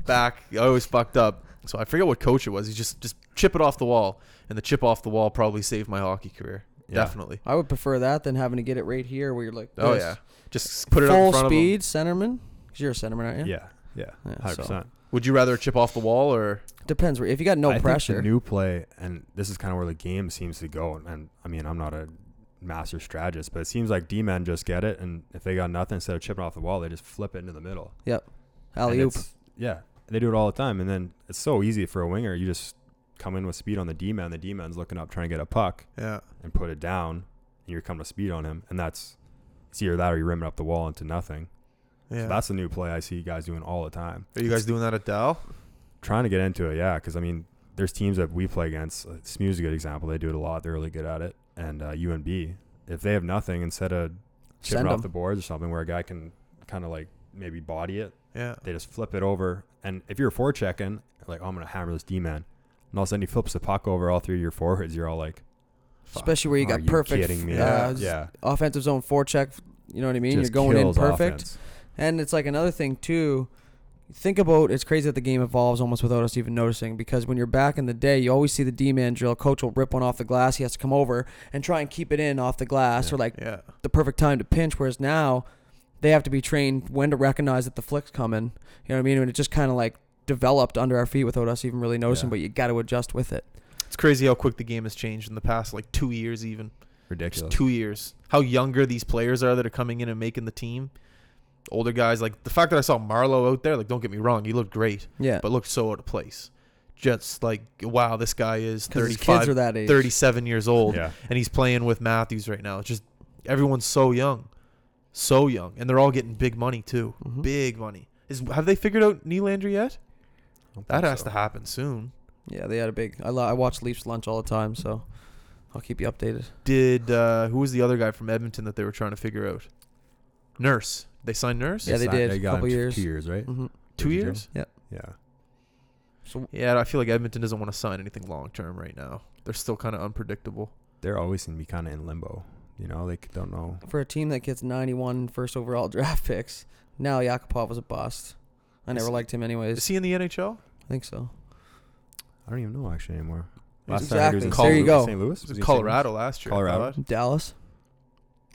[SPEAKER 1] back. I always fucked up. So I forget what coach it was. He just just chip it off the wall, and the chip off the wall probably saved my hockey career.
[SPEAKER 3] Yeah.
[SPEAKER 1] Definitely.
[SPEAKER 2] I would prefer that than having to get it right here where you're like,
[SPEAKER 1] Oh
[SPEAKER 2] this.
[SPEAKER 1] yeah. Just put it up
[SPEAKER 2] full
[SPEAKER 1] in front of him.
[SPEAKER 2] speed centerman. Cause you're a centerman, aren't you?
[SPEAKER 3] Yeah. Yeah.
[SPEAKER 2] Yeah,
[SPEAKER 3] Hundred
[SPEAKER 2] so-
[SPEAKER 3] percent.
[SPEAKER 1] Would you rather chip off the wall or?
[SPEAKER 2] Depends where. If you got no
[SPEAKER 3] I think the
[SPEAKER 2] pressure,
[SPEAKER 3] new play, and this is kind of where the game seems to go. And, and I mean, I'm not a master strategist, but it seems like D men just get it, and if they got nothing, instead of chipping off the wall, they just flip it into the middle. And
[SPEAKER 2] alley oop.
[SPEAKER 3] it's- Yeah, they do it all the time, and then it's so easy for a winger. You just come in with speed on the D man. The D man's looking up, trying to get a puck
[SPEAKER 1] Yeah.
[SPEAKER 3] and put it down, and you're coming to speed on him, and that's it's either that or you rim it up the wall into nothing.
[SPEAKER 1] Yeah.
[SPEAKER 3] So that's a new play I see you guys doing all the time.
[SPEAKER 1] Are you guys doing that at Dow?
[SPEAKER 3] trying to get into it, yeah. Because I mean, there's teams that we play against. uh, SMU's a good example. They do it a lot. They're really good at it. And uh, UNB, if they have nothing, instead of chipping
[SPEAKER 2] Send
[SPEAKER 3] off
[SPEAKER 2] them.
[SPEAKER 3] the boards or something, where a guy can kind of like maybe body it,
[SPEAKER 1] Yeah.
[SPEAKER 3] they just flip it over. And if you're four checking, like "Oh, I'm gonna hammer this D man, and all of a sudden he flips the puck over all three of your forwards. You're all like, fuck,
[SPEAKER 2] Especially where you
[SPEAKER 3] are
[SPEAKER 2] got perfect,
[SPEAKER 3] kidding me?
[SPEAKER 2] uh,
[SPEAKER 3] yeah,
[SPEAKER 2] just
[SPEAKER 3] yeah.
[SPEAKER 2] offensive zone forecheck. You know what I mean?
[SPEAKER 3] Just
[SPEAKER 2] you're going in
[SPEAKER 3] kills
[SPEAKER 2] perfect.
[SPEAKER 3] offense.
[SPEAKER 2] And it's like another thing too. Think about it's crazy that the game evolves almost without us even noticing because when you're back in the day, you always see the D man drill. Coach will rip one off the glass. He has to come over and try and keep it in off the glass
[SPEAKER 3] Yeah.
[SPEAKER 2] or like
[SPEAKER 1] Yeah.
[SPEAKER 2] the perfect time to pinch. Whereas now, they have to be trained when to recognize that the flick's coming. You know what I mean? And it just kind of like developed under our feet without us even really noticing.
[SPEAKER 3] Yeah.
[SPEAKER 2] But you got to adjust with it.
[SPEAKER 1] It's crazy how quick the game has changed in the past like two years, even just
[SPEAKER 3] Ridiculous.
[SPEAKER 1] two years. How younger these players are that are coming in and making the team. Older guys, like the fact that I saw Marlowe out there, like don't get me wrong, he looked great,
[SPEAKER 2] Yeah,
[SPEAKER 1] but looked so out of place. Just like wow, this guy is
[SPEAKER 2] because his kids are
[SPEAKER 1] 35,
[SPEAKER 2] that age.
[SPEAKER 1] 37 years old,
[SPEAKER 3] yeah,
[SPEAKER 1] and he's playing with Matthews right now. It's just everyone's so young, so young, and they're all getting big money too,
[SPEAKER 2] Mhm.
[SPEAKER 1] big money. Is have they figured out Nylander yet?
[SPEAKER 3] I don't
[SPEAKER 1] That
[SPEAKER 3] think
[SPEAKER 1] has
[SPEAKER 3] so.
[SPEAKER 1] to happen soon.
[SPEAKER 2] Yeah, they had a big. I, lo- I watch Leafs lunch all the time, so I'll keep you updated.
[SPEAKER 1] did uh, who was the other guy from Edmonton that they were trying to figure out? Nurse. They signed Nurse.
[SPEAKER 2] Yeah, they
[SPEAKER 3] signed-
[SPEAKER 2] did.
[SPEAKER 3] They got him
[SPEAKER 2] Couple
[SPEAKER 3] t-
[SPEAKER 2] years.
[SPEAKER 3] Two years, right?
[SPEAKER 2] hmm
[SPEAKER 1] Two
[SPEAKER 3] Did you?
[SPEAKER 1] years.
[SPEAKER 3] Yeah.
[SPEAKER 2] So
[SPEAKER 1] Yeah, I feel like Edmonton doesn't want to sign anything long term right now. They're still kind of unpredictable.
[SPEAKER 3] they're always going to be kind of in limbo. You know, they c- don't know.
[SPEAKER 2] for a team that gets 91 first overall draft picks, now Yakupov was a bust. I never liked him
[SPEAKER 1] Is
[SPEAKER 2] anyways.
[SPEAKER 1] he in the NHL?
[SPEAKER 2] I think so.
[SPEAKER 3] I don't even know actually anymore.
[SPEAKER 2] Exactly. There you go.
[SPEAKER 3] St.
[SPEAKER 1] It
[SPEAKER 3] Louis. Was
[SPEAKER 1] was
[SPEAKER 3] he in St.
[SPEAKER 1] Colorado last year. I
[SPEAKER 3] Colorado?
[SPEAKER 1] thought.
[SPEAKER 2] Dallas.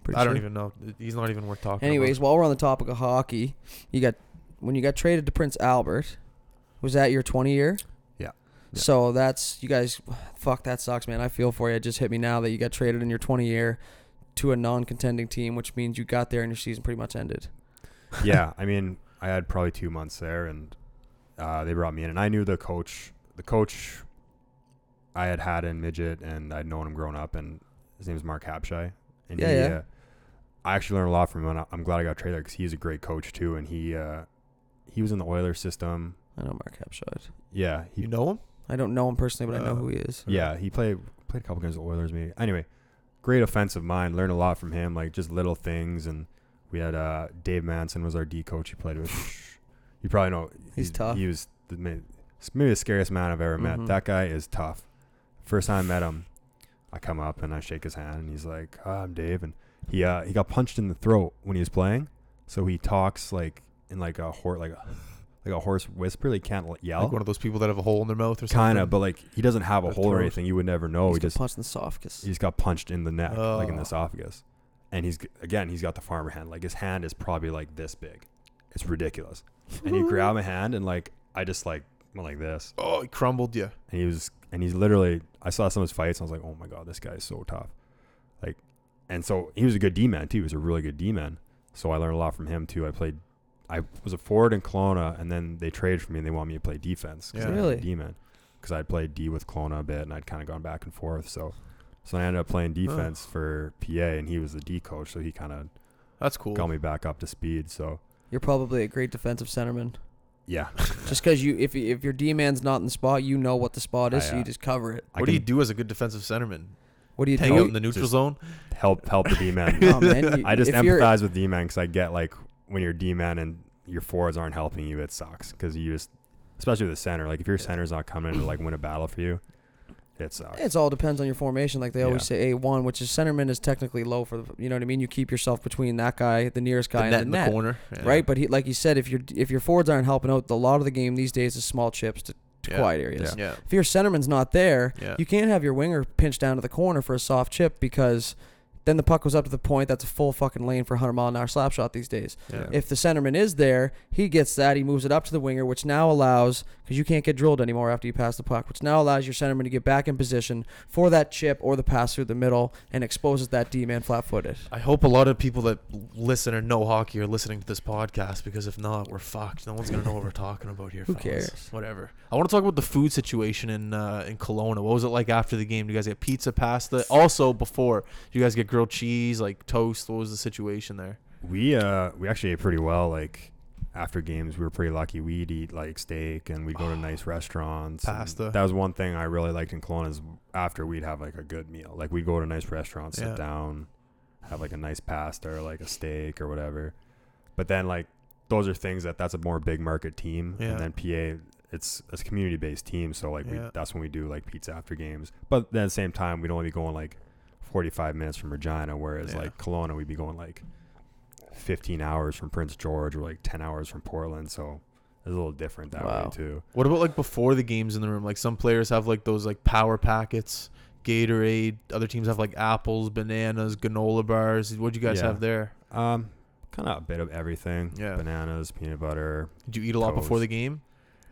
[SPEAKER 2] Pretty
[SPEAKER 1] I don't
[SPEAKER 2] sure.
[SPEAKER 1] even know. He's not even worth talking.
[SPEAKER 2] Anyways, while we're on the topic of hockey, you got when you got traded to Prince Albert, was that your 20 year?
[SPEAKER 3] Yeah. Yeah.
[SPEAKER 2] So that's you guys. Fuck, that sucks, man. I feel for you. It just hit me now that you got traded in your 20 year to a non-contending team, which means you got there and your season pretty much ended.
[SPEAKER 3] Louis. yeah, I mean, I had probably two months there, and uh, they brought me in, and I knew the coach. The coach I had had in midget, and I'd known him growing up, and his name is Mark Hapshai, and
[SPEAKER 2] Yeah,
[SPEAKER 3] he,
[SPEAKER 2] yeah.
[SPEAKER 3] Uh, I actually learned a lot from him, and I- I'm glad I got traded because he's a great coach too, and he uh, he was in the Oilers system.
[SPEAKER 2] I know Mark Hapshot.
[SPEAKER 3] Yeah, he
[SPEAKER 1] you know him?
[SPEAKER 2] I don't know him personally, but I know
[SPEAKER 1] Uh,
[SPEAKER 2] who he is.
[SPEAKER 3] Yeah, he played played a couple games with the Oilers. Maybe anyway, great offensive mind. Learned a lot from him, like just little things. And we had uh, Dave Manson was our D coach. He played with. you probably know
[SPEAKER 2] He's tough.
[SPEAKER 3] He was the, ma- s- maybe the scariest man I've ever
[SPEAKER 2] Mhm.
[SPEAKER 3] met. That guy is tough. First time I met him, I come up and I shake his hand, and he's like, "Ah, "I'm Dave," and he uh, he got punched in the throat when he was playing, so he talks like in like a horse like a, like a horse whisper. He can't like, yell.
[SPEAKER 1] Like one of those people that have a hole in their mouth or something.
[SPEAKER 3] Kind of, but like he doesn't have a
[SPEAKER 1] The
[SPEAKER 3] hole or
[SPEAKER 1] throat.
[SPEAKER 3] anything. You would never know.
[SPEAKER 2] he's
[SPEAKER 3] oh, he
[SPEAKER 2] got
[SPEAKER 3] just
[SPEAKER 2] punched in the soft 'cause-
[SPEAKER 3] he just got punched in the neck, like in
[SPEAKER 1] Oh.
[SPEAKER 3] the esophagus. And he's again, he's got the farmer hand. Like his hand is probably like this big. It's ridiculous. And he grabbed my hand and like I just like went like this.
[SPEAKER 1] oh, he crumbled you.
[SPEAKER 3] And he was and he's literally I saw some of his fights and I was like, Oh my god, this guy is so tough. Like and so he was a good D man too. He was a really good D man. So I learned a lot from him too. I played I was a forward in Kelowna and then they traded for me and they wanted me to play defense. 'cause
[SPEAKER 1] Yeah.
[SPEAKER 3] I had
[SPEAKER 2] Really?
[SPEAKER 3] D man. Because I'd played D with Kelowna a bit and I'd kind of gone back and forth. So so I ended up playing defense for PA and he was the D coach, so he kind of
[SPEAKER 1] That's cool.
[SPEAKER 3] got me back up to speed. So
[SPEAKER 2] You're probably a great defensive centerman.
[SPEAKER 3] yeah.
[SPEAKER 2] Just because you, if if your D man's not in the spot, you know what the spot is,
[SPEAKER 3] I,
[SPEAKER 2] so you
[SPEAKER 3] uh,
[SPEAKER 2] just cover it.
[SPEAKER 3] I
[SPEAKER 1] What do you
[SPEAKER 3] can
[SPEAKER 1] do as a good defensive centerman?
[SPEAKER 2] What do you
[SPEAKER 1] Hang
[SPEAKER 2] do?
[SPEAKER 1] out in the neutral
[SPEAKER 3] Just-
[SPEAKER 1] zone.
[SPEAKER 3] help help the D man?
[SPEAKER 2] Oh, man, you-
[SPEAKER 3] I just
[SPEAKER 2] if you're-
[SPEAKER 3] empathize with D man because I get like when your D man and your forwards aren't helping you, it sucks because you just, especially with the center, like if your center's not coming in to like win a battle for you, it sucks.
[SPEAKER 2] It's all depends on your formation. Like they always say, a one, which is centerman, is technically low for the. You know what I mean? You keep yourself between that guy, the nearest guy,
[SPEAKER 1] the net in
[SPEAKER 2] and
[SPEAKER 1] the
[SPEAKER 2] the net,
[SPEAKER 1] corner. Yeah.
[SPEAKER 2] right? But he, like you said, if your if your forwards aren't helping out, the lot of the game these days is small chips to, to
[SPEAKER 1] Yeah.
[SPEAKER 2] quiet areas.
[SPEAKER 1] Yeah. yeah.
[SPEAKER 2] If your centerman's not there,
[SPEAKER 1] Yeah.
[SPEAKER 2] you can't have your winger pinched down to the corner for a soft chip because then the puck goes up to the point. That's a full fucking lane for a 100 mile an hour slap shot these days.
[SPEAKER 1] Yeah.
[SPEAKER 2] If the centerman is there, he gets that. He moves it up to the winger, which now allows because you can't get drilled anymore after you pass the puck, which now allows your centerman to get back in position for that chip or the pass through the middle and exposes that D man flat footed.
[SPEAKER 1] I hope a lot of people that l- listen or know hockey are listening to this podcast because if not, we're fucked. No one's gonna know what we're talking about here.
[SPEAKER 2] Who
[SPEAKER 1] fellas.
[SPEAKER 2] cares?
[SPEAKER 1] Whatever. I want to talk about the food situation in uh, in Kelowna. What was it like after the game? Do you guys get pizza, pasta? Also, before do you guys get grilled cheese, like toast? What was the situation there?
[SPEAKER 3] we uh we actually ate pretty well. Like after games, we were pretty lucky. We'd eat like steak and we'd go to nice restaurants. and
[SPEAKER 1] Pasta.
[SPEAKER 3] That was one thing I really liked in Kelowna is after we'd have like a good meal. Like we'd go to a nice restaurant, sit
[SPEAKER 1] Yeah.
[SPEAKER 3] down, have like a nice pasta or like a steak or whatever. But then like those are things that that's a more big market team.
[SPEAKER 1] Yeah.
[SPEAKER 3] And then PA it's it's a community based team, so like we,
[SPEAKER 1] Yeah.
[SPEAKER 3] that's when we do like pizza after games. But then at the same time we'd only be going like forty five minutes from Regina, whereas
[SPEAKER 1] Yeah.
[SPEAKER 3] like Kelowna we'd be going like 15 hours from Prince George or like 10 hours from Portland. So it's a little different that
[SPEAKER 2] Wow.
[SPEAKER 3] way too.
[SPEAKER 1] What about like before the games in the room? Like some players have like those like power packets, Gatorade. Other teams have like apples, bananas, granola bars. What'd you guys
[SPEAKER 3] Yeah.
[SPEAKER 1] have there?
[SPEAKER 3] Um, kind of a bit of everything.
[SPEAKER 1] Yeah.
[SPEAKER 3] Bananas, peanut butter.
[SPEAKER 1] Did you eat a lot before
[SPEAKER 3] Toast.
[SPEAKER 1] the game?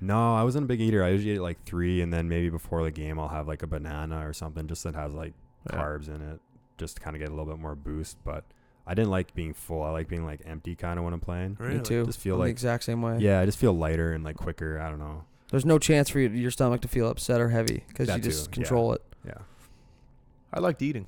[SPEAKER 3] No, I wasn't a big eater. I usually ate like three and then maybe before the game I'll have like a banana or something just that has like
[SPEAKER 1] Yeah.
[SPEAKER 3] carbs in it just to kind of get a little bit more boost. But I didn't like being full. I like being like empty kind of when I'm playing.
[SPEAKER 2] Me too.
[SPEAKER 3] Just feel
[SPEAKER 2] I'm the
[SPEAKER 3] like-
[SPEAKER 2] exact same way.
[SPEAKER 3] Yeah, I just feel lighter and like quicker. I don't know.
[SPEAKER 2] There's no chance for you, your stomach to feel upset or heavy because
[SPEAKER 3] That
[SPEAKER 2] you just
[SPEAKER 3] too, yeah.
[SPEAKER 2] control it.
[SPEAKER 3] Yeah.
[SPEAKER 1] I liked eating.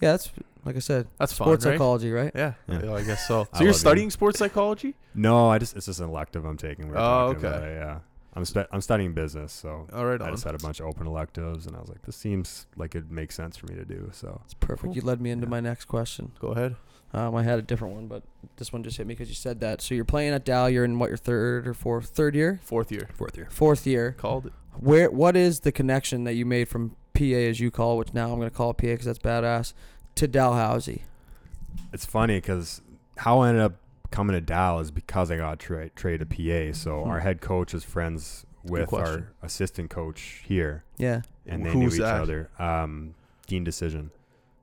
[SPEAKER 2] Yeah, that's like I said,
[SPEAKER 1] That's fun,
[SPEAKER 2] sports
[SPEAKER 1] right?
[SPEAKER 2] psychology, right?
[SPEAKER 1] Yeah,
[SPEAKER 3] Yeah.
[SPEAKER 1] yeah, I guess so.
[SPEAKER 3] I
[SPEAKER 1] So you're
[SPEAKER 3] love you.
[SPEAKER 1] studying sports psychology?
[SPEAKER 3] No, I just it's just an elective I'm taking. We were
[SPEAKER 1] Oh,
[SPEAKER 3] talking
[SPEAKER 1] okay.
[SPEAKER 3] about it, yeah, I'm stu- I'm studying business, so
[SPEAKER 1] All right,
[SPEAKER 3] I
[SPEAKER 1] on.
[SPEAKER 3] just had a bunch of open electives, and I was like, this seems like it makes sense for me to do. So
[SPEAKER 2] It's perfect.
[SPEAKER 1] Cool.
[SPEAKER 2] You led me into
[SPEAKER 3] Yeah.
[SPEAKER 2] my next question.
[SPEAKER 1] Go ahead.
[SPEAKER 2] Um, I had a different one, but this one just hit me because you said that. So you're playing at Dow. You're in what your third or fourth, third year,
[SPEAKER 1] Fourth year.
[SPEAKER 3] fourth year.
[SPEAKER 2] fourth year.
[SPEAKER 1] Called it.
[SPEAKER 2] Where what is the connection that you made from PA as you call, it, which now I'm gonna call it PA because that's badass, to Dalhousie?
[SPEAKER 3] It's funny because how I ended up coming to Dow is because I got tra- traded to PA. So our
[SPEAKER 2] Hmm.
[SPEAKER 3] head coach is friends with
[SPEAKER 1] question.
[SPEAKER 3] our assistant coach here,
[SPEAKER 2] Yeah.
[SPEAKER 3] and they
[SPEAKER 1] Who's
[SPEAKER 3] knew each
[SPEAKER 1] that?
[SPEAKER 3] other. Um, Dean Decision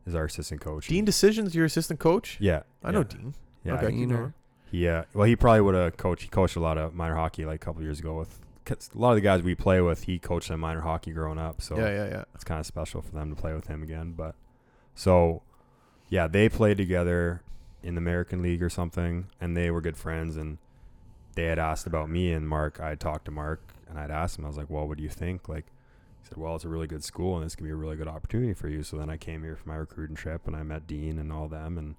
[SPEAKER 3] is our assistant coach.
[SPEAKER 1] Dean Decisions, your assistant coach.
[SPEAKER 3] Yeah,
[SPEAKER 1] I know
[SPEAKER 3] yeah,
[SPEAKER 1] Dean.
[SPEAKER 3] Yeah,
[SPEAKER 1] Okay, you know
[SPEAKER 2] Deaner.
[SPEAKER 1] him.
[SPEAKER 3] Yeah. Well, he probably would have coached. He coached a lot of minor hockey like a couple years ago with 'cause a lot of the guys we play with. He coached in minor hockey growing up, so
[SPEAKER 1] Yeah, yeah, yeah.
[SPEAKER 3] it's kind of special for them to play with him again. But so, yeah, they played together in the American League or something, and they were good friends. And they had asked about me and Mark. I talked to Mark, and I'd asked him. I was like, "Well, what do you think?" Like, he said, "Well, it's a really good school, and this could be a really good opportunity for you." So then I came here for my recruiting trip, and I met Dean and all them, and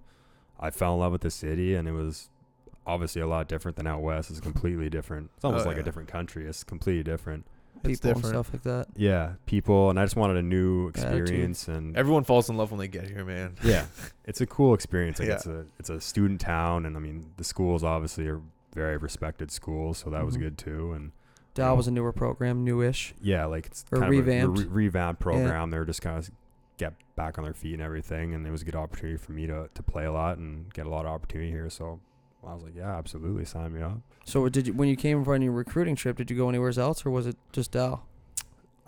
[SPEAKER 3] I fell in love with the city, and it was obviously a lot different than out west. It's completely different. It's almost
[SPEAKER 1] Oh,
[SPEAKER 3] like
[SPEAKER 1] yeah.
[SPEAKER 3] a different country. It's completely different.
[SPEAKER 2] People
[SPEAKER 1] It's
[SPEAKER 2] and
[SPEAKER 1] different.
[SPEAKER 2] stuff like that.
[SPEAKER 3] Yeah, people, and I just wanted a new
[SPEAKER 2] Attitude.
[SPEAKER 3] experience, and
[SPEAKER 1] Everyone falls in love when they get here, man.
[SPEAKER 3] yeah it's a cool experience like
[SPEAKER 1] Yeah.
[SPEAKER 3] it's a it's a student town and i mean the schools obviously are very respected schools so that was
[SPEAKER 2] Mhm.
[SPEAKER 3] good too and
[SPEAKER 2] Dow was a newer program, newish.
[SPEAKER 3] yeah like it's
[SPEAKER 2] Or
[SPEAKER 3] kind of a re-
[SPEAKER 2] revamped.
[SPEAKER 3] re- revamped program they were just kind of get back on their feet and everything and it was a good opportunity for me to, to play a lot and get a lot of opportunity here so i was like yeah absolutely sign me up
[SPEAKER 2] So did you when you came on your recruiting trip? Did you go anywhere else, or was it just Dow?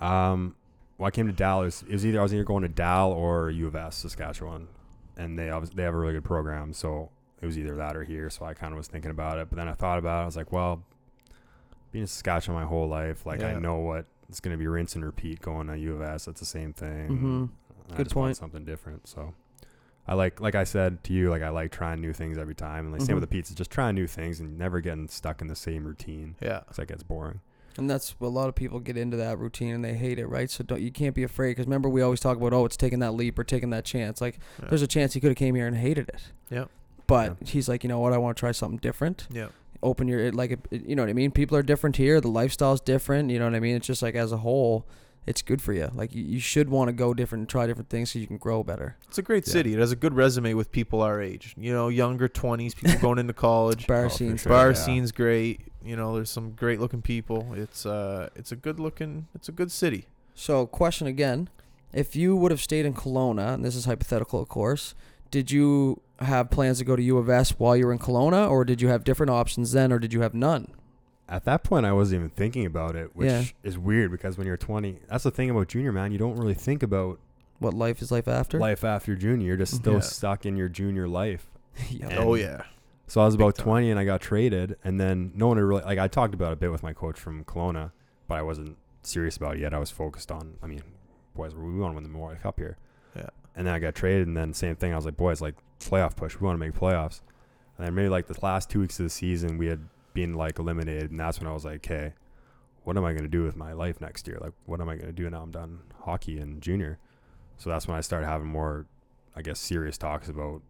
[SPEAKER 3] um well i came to dallas it was either i was either going to dal or u of s saskatchewan and they obviously they have a really good program so it was either that or here. So I kind of was thinking about it, but then I thought about it. I was like, well, being in Saskatchewan my whole life, like
[SPEAKER 1] Yeah.
[SPEAKER 3] I know what it's going to be rinse and repeat going to U of S. That's the same thing.
[SPEAKER 1] Mm-hmm.
[SPEAKER 2] Mhm.
[SPEAKER 3] And I
[SPEAKER 2] Good
[SPEAKER 3] just wanted
[SPEAKER 2] point.
[SPEAKER 3] something different. So I like, like I said to you, like I like trying new things every time. And like same with
[SPEAKER 2] Mhm.
[SPEAKER 3] the pizza, just trying new things and never getting stuck in the same routine
[SPEAKER 1] Yeah.
[SPEAKER 3] because that gets boring.
[SPEAKER 2] And that's a lot of people get into that routine and they hate it, right? So don't you can't be afraid because remember we always talk about oh it's taking that leap or taking that chance. Like
[SPEAKER 1] Yeah.
[SPEAKER 2] there's a chance he could have came here and hated it.
[SPEAKER 1] Yep.
[SPEAKER 2] But he's like, you know what? I want to try something different.
[SPEAKER 1] Yeah.
[SPEAKER 2] Open your it- like, it- it- you know what I mean. People are different here. The lifestyle's different. You know what I mean. It's just like as a whole, it's good for you. Like you, you should want to go different and try different things so you can grow better.
[SPEAKER 3] Oh,
[SPEAKER 1] It's a great
[SPEAKER 3] Yeah.
[SPEAKER 1] city. It has a good resume with people our age. You know, younger 20s, people going into college.
[SPEAKER 2] Bar
[SPEAKER 3] Oh, for
[SPEAKER 2] scenes.
[SPEAKER 3] sure.
[SPEAKER 1] Bar
[SPEAKER 3] Yeah.
[SPEAKER 1] scene's great. You know, there's some great looking people. It's uh it's a good looking it's a good city.
[SPEAKER 2] So question again: If you would have stayed in Kelowna, and this is hypothetical, of course, did you have plans to go to U of S while you were in Kelowna, or did you have different options then, or did you have none?
[SPEAKER 3] At that point, I wasn't even thinking about it, which
[SPEAKER 2] Yeah.
[SPEAKER 3] is weird because when you're 20, that's the thing about junior, man. You don't really think about
[SPEAKER 2] What life is life after?
[SPEAKER 3] life after junior. You're just
[SPEAKER 2] Mhm.
[SPEAKER 3] still
[SPEAKER 1] Yeah.
[SPEAKER 3] stuck in your junior life.
[SPEAKER 2] yeah.
[SPEAKER 3] And-
[SPEAKER 1] oh yeah.
[SPEAKER 3] So I was about
[SPEAKER 1] time.
[SPEAKER 3] 20 and I got traded, and then no one had really like I talked about it a bit with my coach from Kelowna, but I wasn't serious about it yet. I was focused on, I mean, boys, we want to win the Memorial Cup here.
[SPEAKER 1] Yeah.
[SPEAKER 3] And then I got traded, and then same thing. I was like, boys, like playoff push. We want to make playoffs. And then maybe like the last two weeks of the season, we had been like eliminated, and that's when I was like, okay, what am I going to do with my life next year? Like, what am I going to do now? I'm done hockey and junior. So that's when I started having more, I guess, serious talks about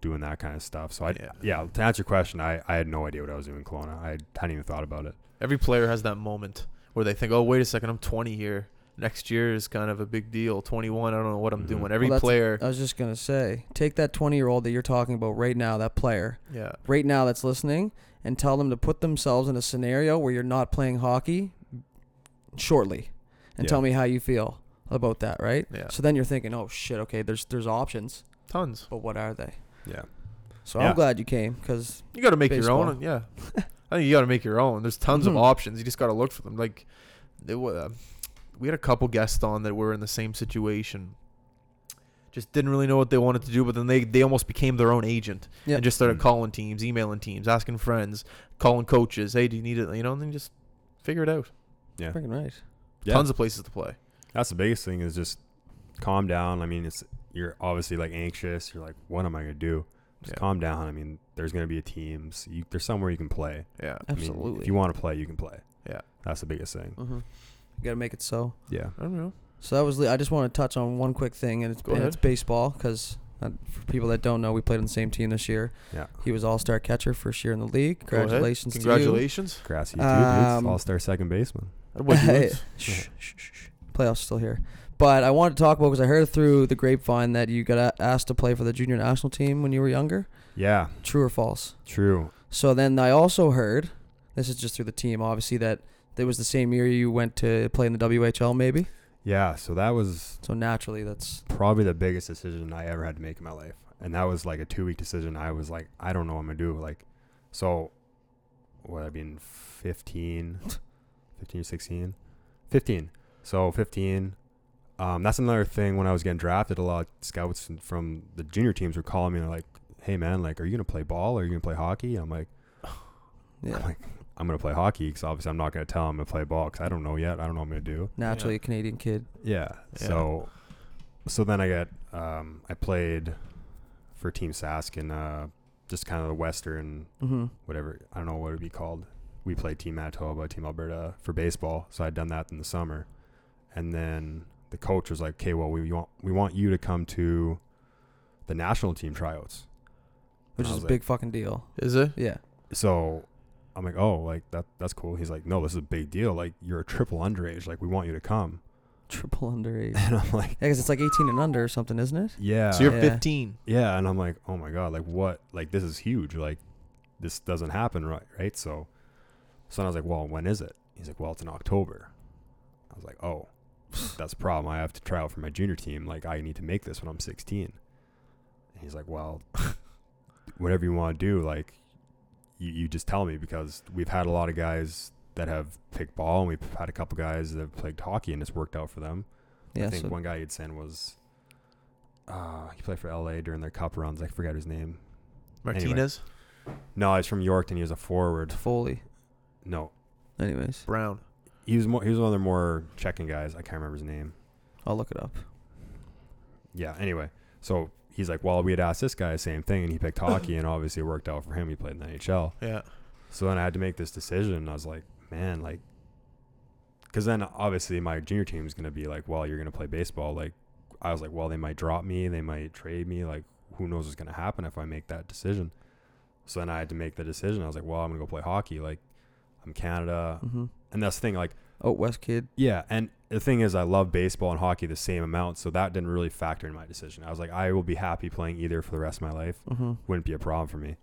[SPEAKER 3] doing that kind of stuff. So I,
[SPEAKER 1] Yeah.
[SPEAKER 3] yeah, to answer your question, I, I had no idea what I was doing in Kelowna. I hadn't even thought about it.
[SPEAKER 1] Every player has that moment where they think, "Oh, wait a second, I'm 20 here. Next year is kind of a big deal. 21, I don't know what I'm
[SPEAKER 3] Mhm.
[SPEAKER 1] doing." Every
[SPEAKER 2] Mm-hmm. Well, that's- uh,
[SPEAKER 1] player,
[SPEAKER 2] I was just gonna say, take that twenty-year-old that you're talking about right now, that player
[SPEAKER 1] yeah.
[SPEAKER 2] right now that's listening, and tell them to put themselves in a scenario where you're not playing hockey shortly, and
[SPEAKER 3] Yeah.
[SPEAKER 2] tell me how you feel about that, right?
[SPEAKER 1] Yeah.
[SPEAKER 2] So then you're thinking, oh shit, okay, there's there's options,
[SPEAKER 1] Tons.
[SPEAKER 2] but what are they?
[SPEAKER 3] Yeah.
[SPEAKER 2] So
[SPEAKER 3] Yeah.
[SPEAKER 2] I'm glad you came because
[SPEAKER 1] You got to make your own.
[SPEAKER 2] Baseball.
[SPEAKER 1] Yeah, I think you got to make your own. There's tons
[SPEAKER 2] Mhm.
[SPEAKER 1] of options. You just got to look for them. Like, it, wa- uh, we had a couple guests on that were in the same situation. Just didn't really know what they wanted to do, but then they they almost became their own agent
[SPEAKER 2] Yeah. Mm-hmm.
[SPEAKER 1] and just started
[SPEAKER 3] Mm.
[SPEAKER 1] calling teams, emailing teams, asking friends, calling coaches. Hey, do you need it? You know, and then just figure it out.
[SPEAKER 3] Yeah.
[SPEAKER 2] freaking right.
[SPEAKER 3] Yeah.
[SPEAKER 1] Tons of places to play.
[SPEAKER 3] That's the biggest thing is just calm down. I mean, it's you're obviously like anxious. You're like, what am I gonna do? Just
[SPEAKER 1] Yeah.
[SPEAKER 3] calm down. I mean, there's gonna be a teams. You, there's somewhere you can play.
[SPEAKER 1] Yeah,
[SPEAKER 3] I mean,
[SPEAKER 2] Absolutely.
[SPEAKER 3] if you want to play, you can play.
[SPEAKER 1] Yeah.
[SPEAKER 3] That's the biggest thing.
[SPEAKER 2] mm-hmm. you gotta make it so.
[SPEAKER 3] Yeah.
[SPEAKER 1] I don't know.
[SPEAKER 2] So that was. Li- I just want to touch on one quick thing, and it's,
[SPEAKER 1] Go
[SPEAKER 2] and
[SPEAKER 1] ahead.
[SPEAKER 2] it's baseball because for people that don't know, we played on the same team this year.
[SPEAKER 3] Yeah.
[SPEAKER 2] He was all star catcher first year in the league.
[SPEAKER 1] Go ahead.
[SPEAKER 2] Congratulations,
[SPEAKER 1] Congratulations.
[SPEAKER 3] Grassy
[SPEAKER 2] Um,
[SPEAKER 3] All star second baseman.
[SPEAKER 2] to you. Hey, shh, shh, shh, shh. Playoffs still here, but I wanted to talk about because I heard through the grapevine that you got a- asked to play for the junior national team when you were younger.
[SPEAKER 3] Yeah.
[SPEAKER 2] True or false?
[SPEAKER 3] True.
[SPEAKER 2] So then I also heard, this is just through the team, obviously that it was the same year you went to play in the WHL, maybe.
[SPEAKER 3] Yeah. So that was
[SPEAKER 2] So naturally, that's
[SPEAKER 3] probably the biggest decision I ever had to make in my life. and that was like a two week decision. I was like, I don't know what I'm gonna do. Like, so what I mean, 15, 15 or 16, 15. So 15. Um, that's another thing. When I was getting drafted, a lot of scouts from the junior teams were calling me and they're like, "Hey man, like, are you gonna play ball? Or are you gonna play hockey?" I'm like,
[SPEAKER 2] Yeah.
[SPEAKER 3] I'm like, I'm gonna play hockey because obviously I'm not gonna tell him to play ball because I don't know yet. I don't know what I'm gonna do.
[SPEAKER 2] Naturally, a Canadian kid.
[SPEAKER 3] Yeah.
[SPEAKER 1] Yeah.
[SPEAKER 3] So, so then I got um, I played for Team Sask in uh, just kind of the Western
[SPEAKER 2] Mm-hmm.
[SPEAKER 3] whatever I don't know what it'd be called. We played Team Manitoba, Team Alberta for baseball. So I'd done that in the summer, and then the coach was like, "Okay, well we want we want you to come to the national team tryouts."
[SPEAKER 2] Which
[SPEAKER 3] I
[SPEAKER 2] is a
[SPEAKER 3] was like-
[SPEAKER 2] big fucking deal.
[SPEAKER 1] Is it?
[SPEAKER 2] Yeah.
[SPEAKER 3] So I'm like, "Oh, like that that's cool." He's like, "No, this is a big deal. Like you're a triple underage. Like we want you to come."
[SPEAKER 2] Triple underage.
[SPEAKER 3] And I'm like,
[SPEAKER 2] Yeah, 'cause it's like 18 and under or something, isn't it?
[SPEAKER 3] "Yeah."
[SPEAKER 1] So you're
[SPEAKER 2] Yeah.
[SPEAKER 1] 15.
[SPEAKER 3] yeah and i'm like oh my god like what like this is huge like this doesn't happen right right so so then i was like well when is it he's like well it's in october i was like oh that's a problem i have to try out for my junior team like i need to make this when i'm 16 and he's like well whatever you want to do like you, you just tell me because we've had a lot of guys that have picked ball and we've had a couple guys that have played hockey and it's worked out for them
[SPEAKER 2] Yeah.
[SPEAKER 3] I think
[SPEAKER 2] so
[SPEAKER 3] one guy you'd send was uh he played for LA during their cup runs. I forgot his name.
[SPEAKER 1] Martinez.
[SPEAKER 3] No, he's from Yorkton. He was a forward.
[SPEAKER 2] it's Foley.
[SPEAKER 3] No,
[SPEAKER 2] Anyways,
[SPEAKER 1] Brown.
[SPEAKER 3] he was more, he was one of the more checking guys. I can't remember his name.
[SPEAKER 2] I'll look it up.
[SPEAKER 3] Yeah. Anyway, so he's like, well, we had asked this guy the same thing, and he picked hockey, and obviously it worked out for him. He played in the NHL.
[SPEAKER 1] Yeah.
[SPEAKER 3] So then I had to make this decision. and I was like, man, like, because then obviously my junior team is going to be like, well, you're going to play baseball. Like, I was like, well, they might drop me. They might trade me. Like, who knows what's going to happen if I make that decision. So then I had to make the decision. I was like, well, I'm going to go play hockey. Like, I'm Canada.
[SPEAKER 2] Mm-hmm.
[SPEAKER 3] And that's the thing. Like,
[SPEAKER 2] Oh, West kid.
[SPEAKER 3] yeah. And the thing is, I love baseball and hockey the same amount. So that didn't really factor in my decision. I was like, I will be happy playing either for the rest of my life
[SPEAKER 2] Mm-hmm.
[SPEAKER 3] wouldn't be a problem for me.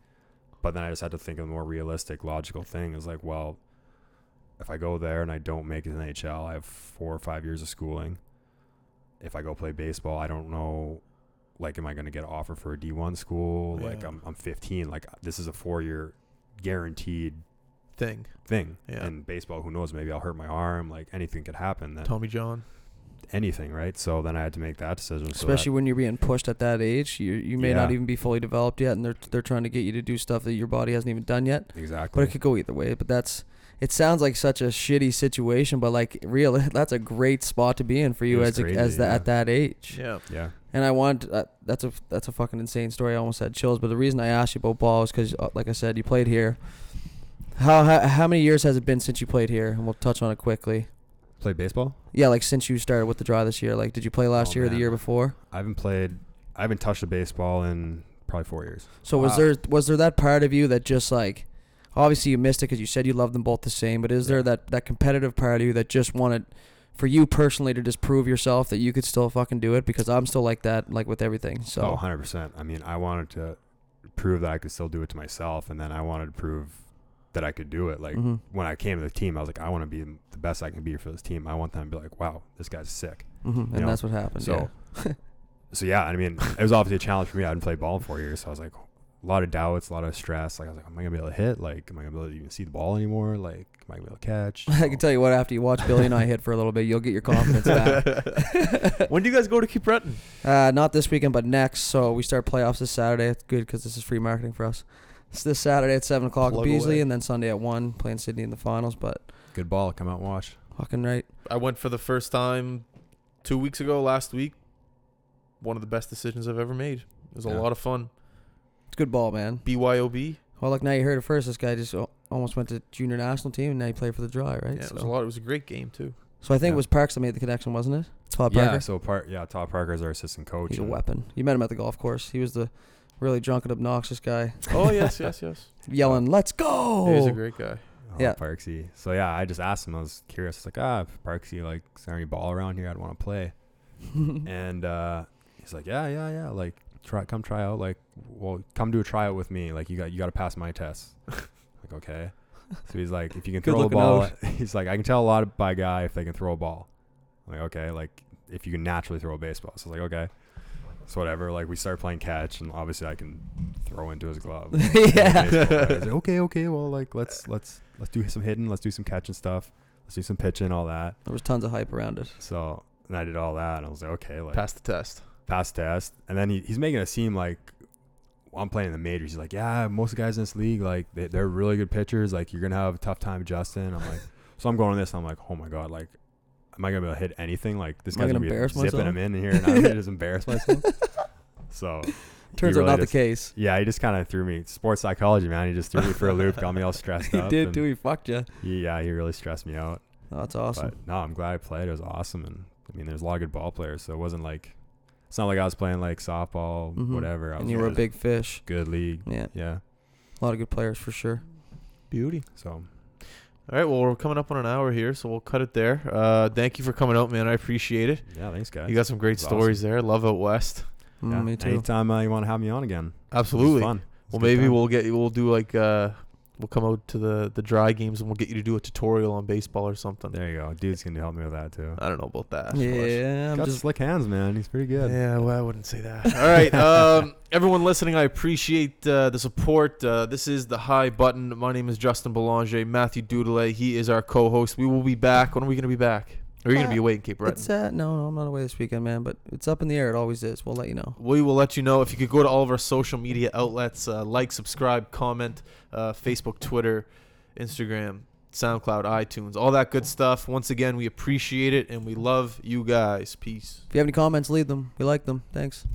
[SPEAKER 3] But then I just had to think of a more realistic, logical thing. Is like, well, if I go there and I don't make it in the NHL, I have four or five years of schooling. If I go play baseball, I don't know. Like, am I going to get an offer for a D1 school? Like,
[SPEAKER 1] Yeah.
[SPEAKER 3] I'm, I'm 15. Like, uh, this is a four year guaranteed
[SPEAKER 1] Thing.
[SPEAKER 3] thing.
[SPEAKER 1] Yeah.
[SPEAKER 3] And baseball, who knows? Maybe I'll hurt my arm. Like, anything could happen. Then
[SPEAKER 1] Tommy John.
[SPEAKER 3] anything, right? So then I had to make that decision. so that-
[SPEAKER 2] Especially when you're being pushed at that age, you you may not
[SPEAKER 3] Yeah.
[SPEAKER 2] even be fully developed yet, and they're they're trying to get you to do stuff that your body hasn't even done yet.
[SPEAKER 3] exactly.
[SPEAKER 2] But it could go either way. But that's it sounds like such a shitty situation, but like real, that's a great spot to be in for
[SPEAKER 3] It
[SPEAKER 2] you
[SPEAKER 3] was
[SPEAKER 2] as a,
[SPEAKER 3] crazy,
[SPEAKER 2] as the,
[SPEAKER 3] yeah.
[SPEAKER 2] at that age.
[SPEAKER 1] Yeah.
[SPEAKER 3] yeah.
[SPEAKER 2] And I want uh, that's a that's a fucking insane story. I almost had chills. But the reason I asked you about ball is because, like I said, you played here. How, how how many years has it been since you played here? And we'll touch on it quickly.
[SPEAKER 3] Play baseball?
[SPEAKER 2] Yeah, like since you started with the draw this year. Like, did you play last
[SPEAKER 3] Oh,
[SPEAKER 2] year or the
[SPEAKER 3] man.
[SPEAKER 2] year before?
[SPEAKER 3] I haven't played. I haven't touched a baseball in probably four years.
[SPEAKER 2] So was
[SPEAKER 1] Wow.
[SPEAKER 2] there was there that part of you that just like, obviously you missed it because you said you loved them both the same. But is there
[SPEAKER 3] Yeah.
[SPEAKER 2] that that competitive part of you that just wanted, for you personally, to just prove yourself that you could still fucking do it? Because I'm still like that, like with everything. So
[SPEAKER 3] Oh, 100%. I mean, I wanted to prove that I could still do it to myself, and then I wanted to prove that I could do it. Like,
[SPEAKER 2] Mhm.
[SPEAKER 3] when I came to the team, I was like, I want to be the best I can be for this team. I want them to be like, wow, this guy's sick.
[SPEAKER 2] Mhm. and
[SPEAKER 3] know,
[SPEAKER 2] that's what happened.
[SPEAKER 3] So, so yeah, I mean, it was obviously a challenge for me. I hadn't played ball in four years, so I was like, a lot of doubts, a lot of stress. Like, I was like, am I gonna be able to hit? Like, am I gonna be able to even see the ball anymore? Like, am I gonna be able to catch?
[SPEAKER 2] I can tell you what, after you watch Billy and I hit for a little bit, you'll get your confidence back.
[SPEAKER 1] when do you guys go to Cape Breton?
[SPEAKER 2] Uh, not this weekend, but next. So we start playoffs this Saturday. It's good because this is free marketing for us. It's this Saturday at 7 o'clock at
[SPEAKER 1] Plug
[SPEAKER 2] Beasley,
[SPEAKER 1] away.
[SPEAKER 2] and then Sunday at 1, playing Sydney in the finals. But
[SPEAKER 3] Good ball, come out and watch.
[SPEAKER 2] fucking right.
[SPEAKER 1] I went for the first time two weeks ago, last week. One of the best decisions I've ever made. It was a
[SPEAKER 3] Yeah.
[SPEAKER 1] lot of fun.
[SPEAKER 2] It's good ball, man.
[SPEAKER 1] BYOB.
[SPEAKER 2] Well, look, now you heard it first. This guy just al- almost went to junior national team, and now he played for the dry, right?
[SPEAKER 1] Yeah, it
[SPEAKER 2] so,
[SPEAKER 1] was a lot. It was a great game too.
[SPEAKER 2] so I think
[SPEAKER 3] Yeah.
[SPEAKER 2] it was Parks that made the connection, wasn't it? Todd
[SPEAKER 3] yeah,
[SPEAKER 2] Parker.
[SPEAKER 3] so part yeah, Todd Parker's our assistant coach.
[SPEAKER 2] He's a
[SPEAKER 3] and-
[SPEAKER 2] weapon. You met him at the golf course. He was the really drunk and obnoxious guy
[SPEAKER 1] Oh yes, yes, yes.
[SPEAKER 2] yelling, let's
[SPEAKER 1] He
[SPEAKER 2] go.
[SPEAKER 1] He's a great guy.
[SPEAKER 3] Oh,
[SPEAKER 2] Yeah.
[SPEAKER 3] Parksy. So yeah, I just asked him. I was curious. It's like, ah, Parksy, like, is there any ball around here I'd want to play? and uh, he's like, yeah, yeah, yeah. Like, try, come try out. Like, well, come do a tryout with me. Like, you got, you got to pass my test. like, okay. So he's like, if you can
[SPEAKER 2] Good
[SPEAKER 3] throw a
[SPEAKER 2] looking
[SPEAKER 3] ball, he's like, I can tell a lot by a guy if they can throw a ball. I'm like, okay, like if you can naturally throw a baseball. So I was like, okay. So whatever, like we start playing catch, and obviously I can throw into his glove.
[SPEAKER 2] Yeah.
[SPEAKER 3] Baseball, right? It's like, okay, okay, well, like let's let's let's do some hitting, let's do some catch and stuff, let's do some pitching, all that.
[SPEAKER 2] There was tons of hype around it.
[SPEAKER 3] So and I did all that, and I was like, okay, like
[SPEAKER 1] Pass the test.
[SPEAKER 3] pass test. And then he, he's making it seem like I'm playing in the majors. He's like, yeah, most guys in this league, like they, they're really good pitchers. Like you're gonna have a tough time adjusting. I'm like, so I'm going on this. I'm like, oh my god, like am I gonna be able to hit anything? Like this
[SPEAKER 2] Am I
[SPEAKER 3] guy's
[SPEAKER 2] gonna
[SPEAKER 3] gonna be
[SPEAKER 2] embarrass
[SPEAKER 3] zipping
[SPEAKER 2] myself?
[SPEAKER 3] him in here, and I'm gonna just embarrass myself. So
[SPEAKER 2] Turns
[SPEAKER 3] really
[SPEAKER 2] out not the
[SPEAKER 3] just-
[SPEAKER 2] case.
[SPEAKER 3] yeah, he just kind of threw me sports psychology, man. He just threw me for a loop, got me all stressed
[SPEAKER 2] He
[SPEAKER 3] up.
[SPEAKER 2] did
[SPEAKER 3] and
[SPEAKER 2] too. He fucked you.
[SPEAKER 3] he- yeah, he really stressed me out.
[SPEAKER 2] that's awesome.
[SPEAKER 3] But no, I'm glad I played. It was awesome, and I mean, there's a lot of good ball players, so it wasn't like it's not like I was playing like softball,
[SPEAKER 2] Mhm.
[SPEAKER 3] whatever. I
[SPEAKER 2] and
[SPEAKER 3] was
[SPEAKER 2] you were a
[SPEAKER 3] just
[SPEAKER 2] big fish.
[SPEAKER 3] good league.
[SPEAKER 2] Yeah,
[SPEAKER 3] Yeah.
[SPEAKER 2] a lot of good players for sure.
[SPEAKER 1] Beauty.
[SPEAKER 3] So
[SPEAKER 1] All right. Well, we're coming up on an hour here, so we'll cut it there. Uh, thank you for coming out, man. I appreciate it.
[SPEAKER 3] yeah, thanks guys.
[SPEAKER 1] You got some great
[SPEAKER 3] That's
[SPEAKER 1] stories there. Love out west.
[SPEAKER 2] Mm,
[SPEAKER 3] Yeah,
[SPEAKER 2] Me too.
[SPEAKER 3] Anytime uh, you want to have me on again, This was
[SPEAKER 1] Absolutely.
[SPEAKER 3] fun. It was a
[SPEAKER 1] Well,
[SPEAKER 3] good
[SPEAKER 1] maybe
[SPEAKER 3] time.
[SPEAKER 1] we'll get we'll do like uh, we'll come out to the the dry games and we'll get you to do a tutorial on baseball or something.
[SPEAKER 3] There you go. Dude's gonna help me with that too.
[SPEAKER 1] I don't know about that.
[SPEAKER 2] Yeah, I'm
[SPEAKER 3] got
[SPEAKER 2] just
[SPEAKER 3] slick hands, man. He's pretty good.
[SPEAKER 1] Yeah, well, I wouldn't say that. All right, um, everyone listening, I appreciate uh, the support. Uh, this is the High Button. My name is Justin Belanger. Matthew Dudelay, he is our co-host. We will be back. When are we going to be back? Are you going to be away in Cape Breton?
[SPEAKER 2] It's uh, no, no, I'm not away this weekend, man. But it's up in the air. It always is. We'll let you know.
[SPEAKER 1] We will let you know if you could go to all of our social media outlets, uh, like, subscribe, comment, uh, Facebook, Twitter, Instagram, SoundCloud, iTunes, all that good stuff. Once again, we appreciate it and we love you guys. Peace.
[SPEAKER 2] If you have any comments, leave them. We like them. Thanks.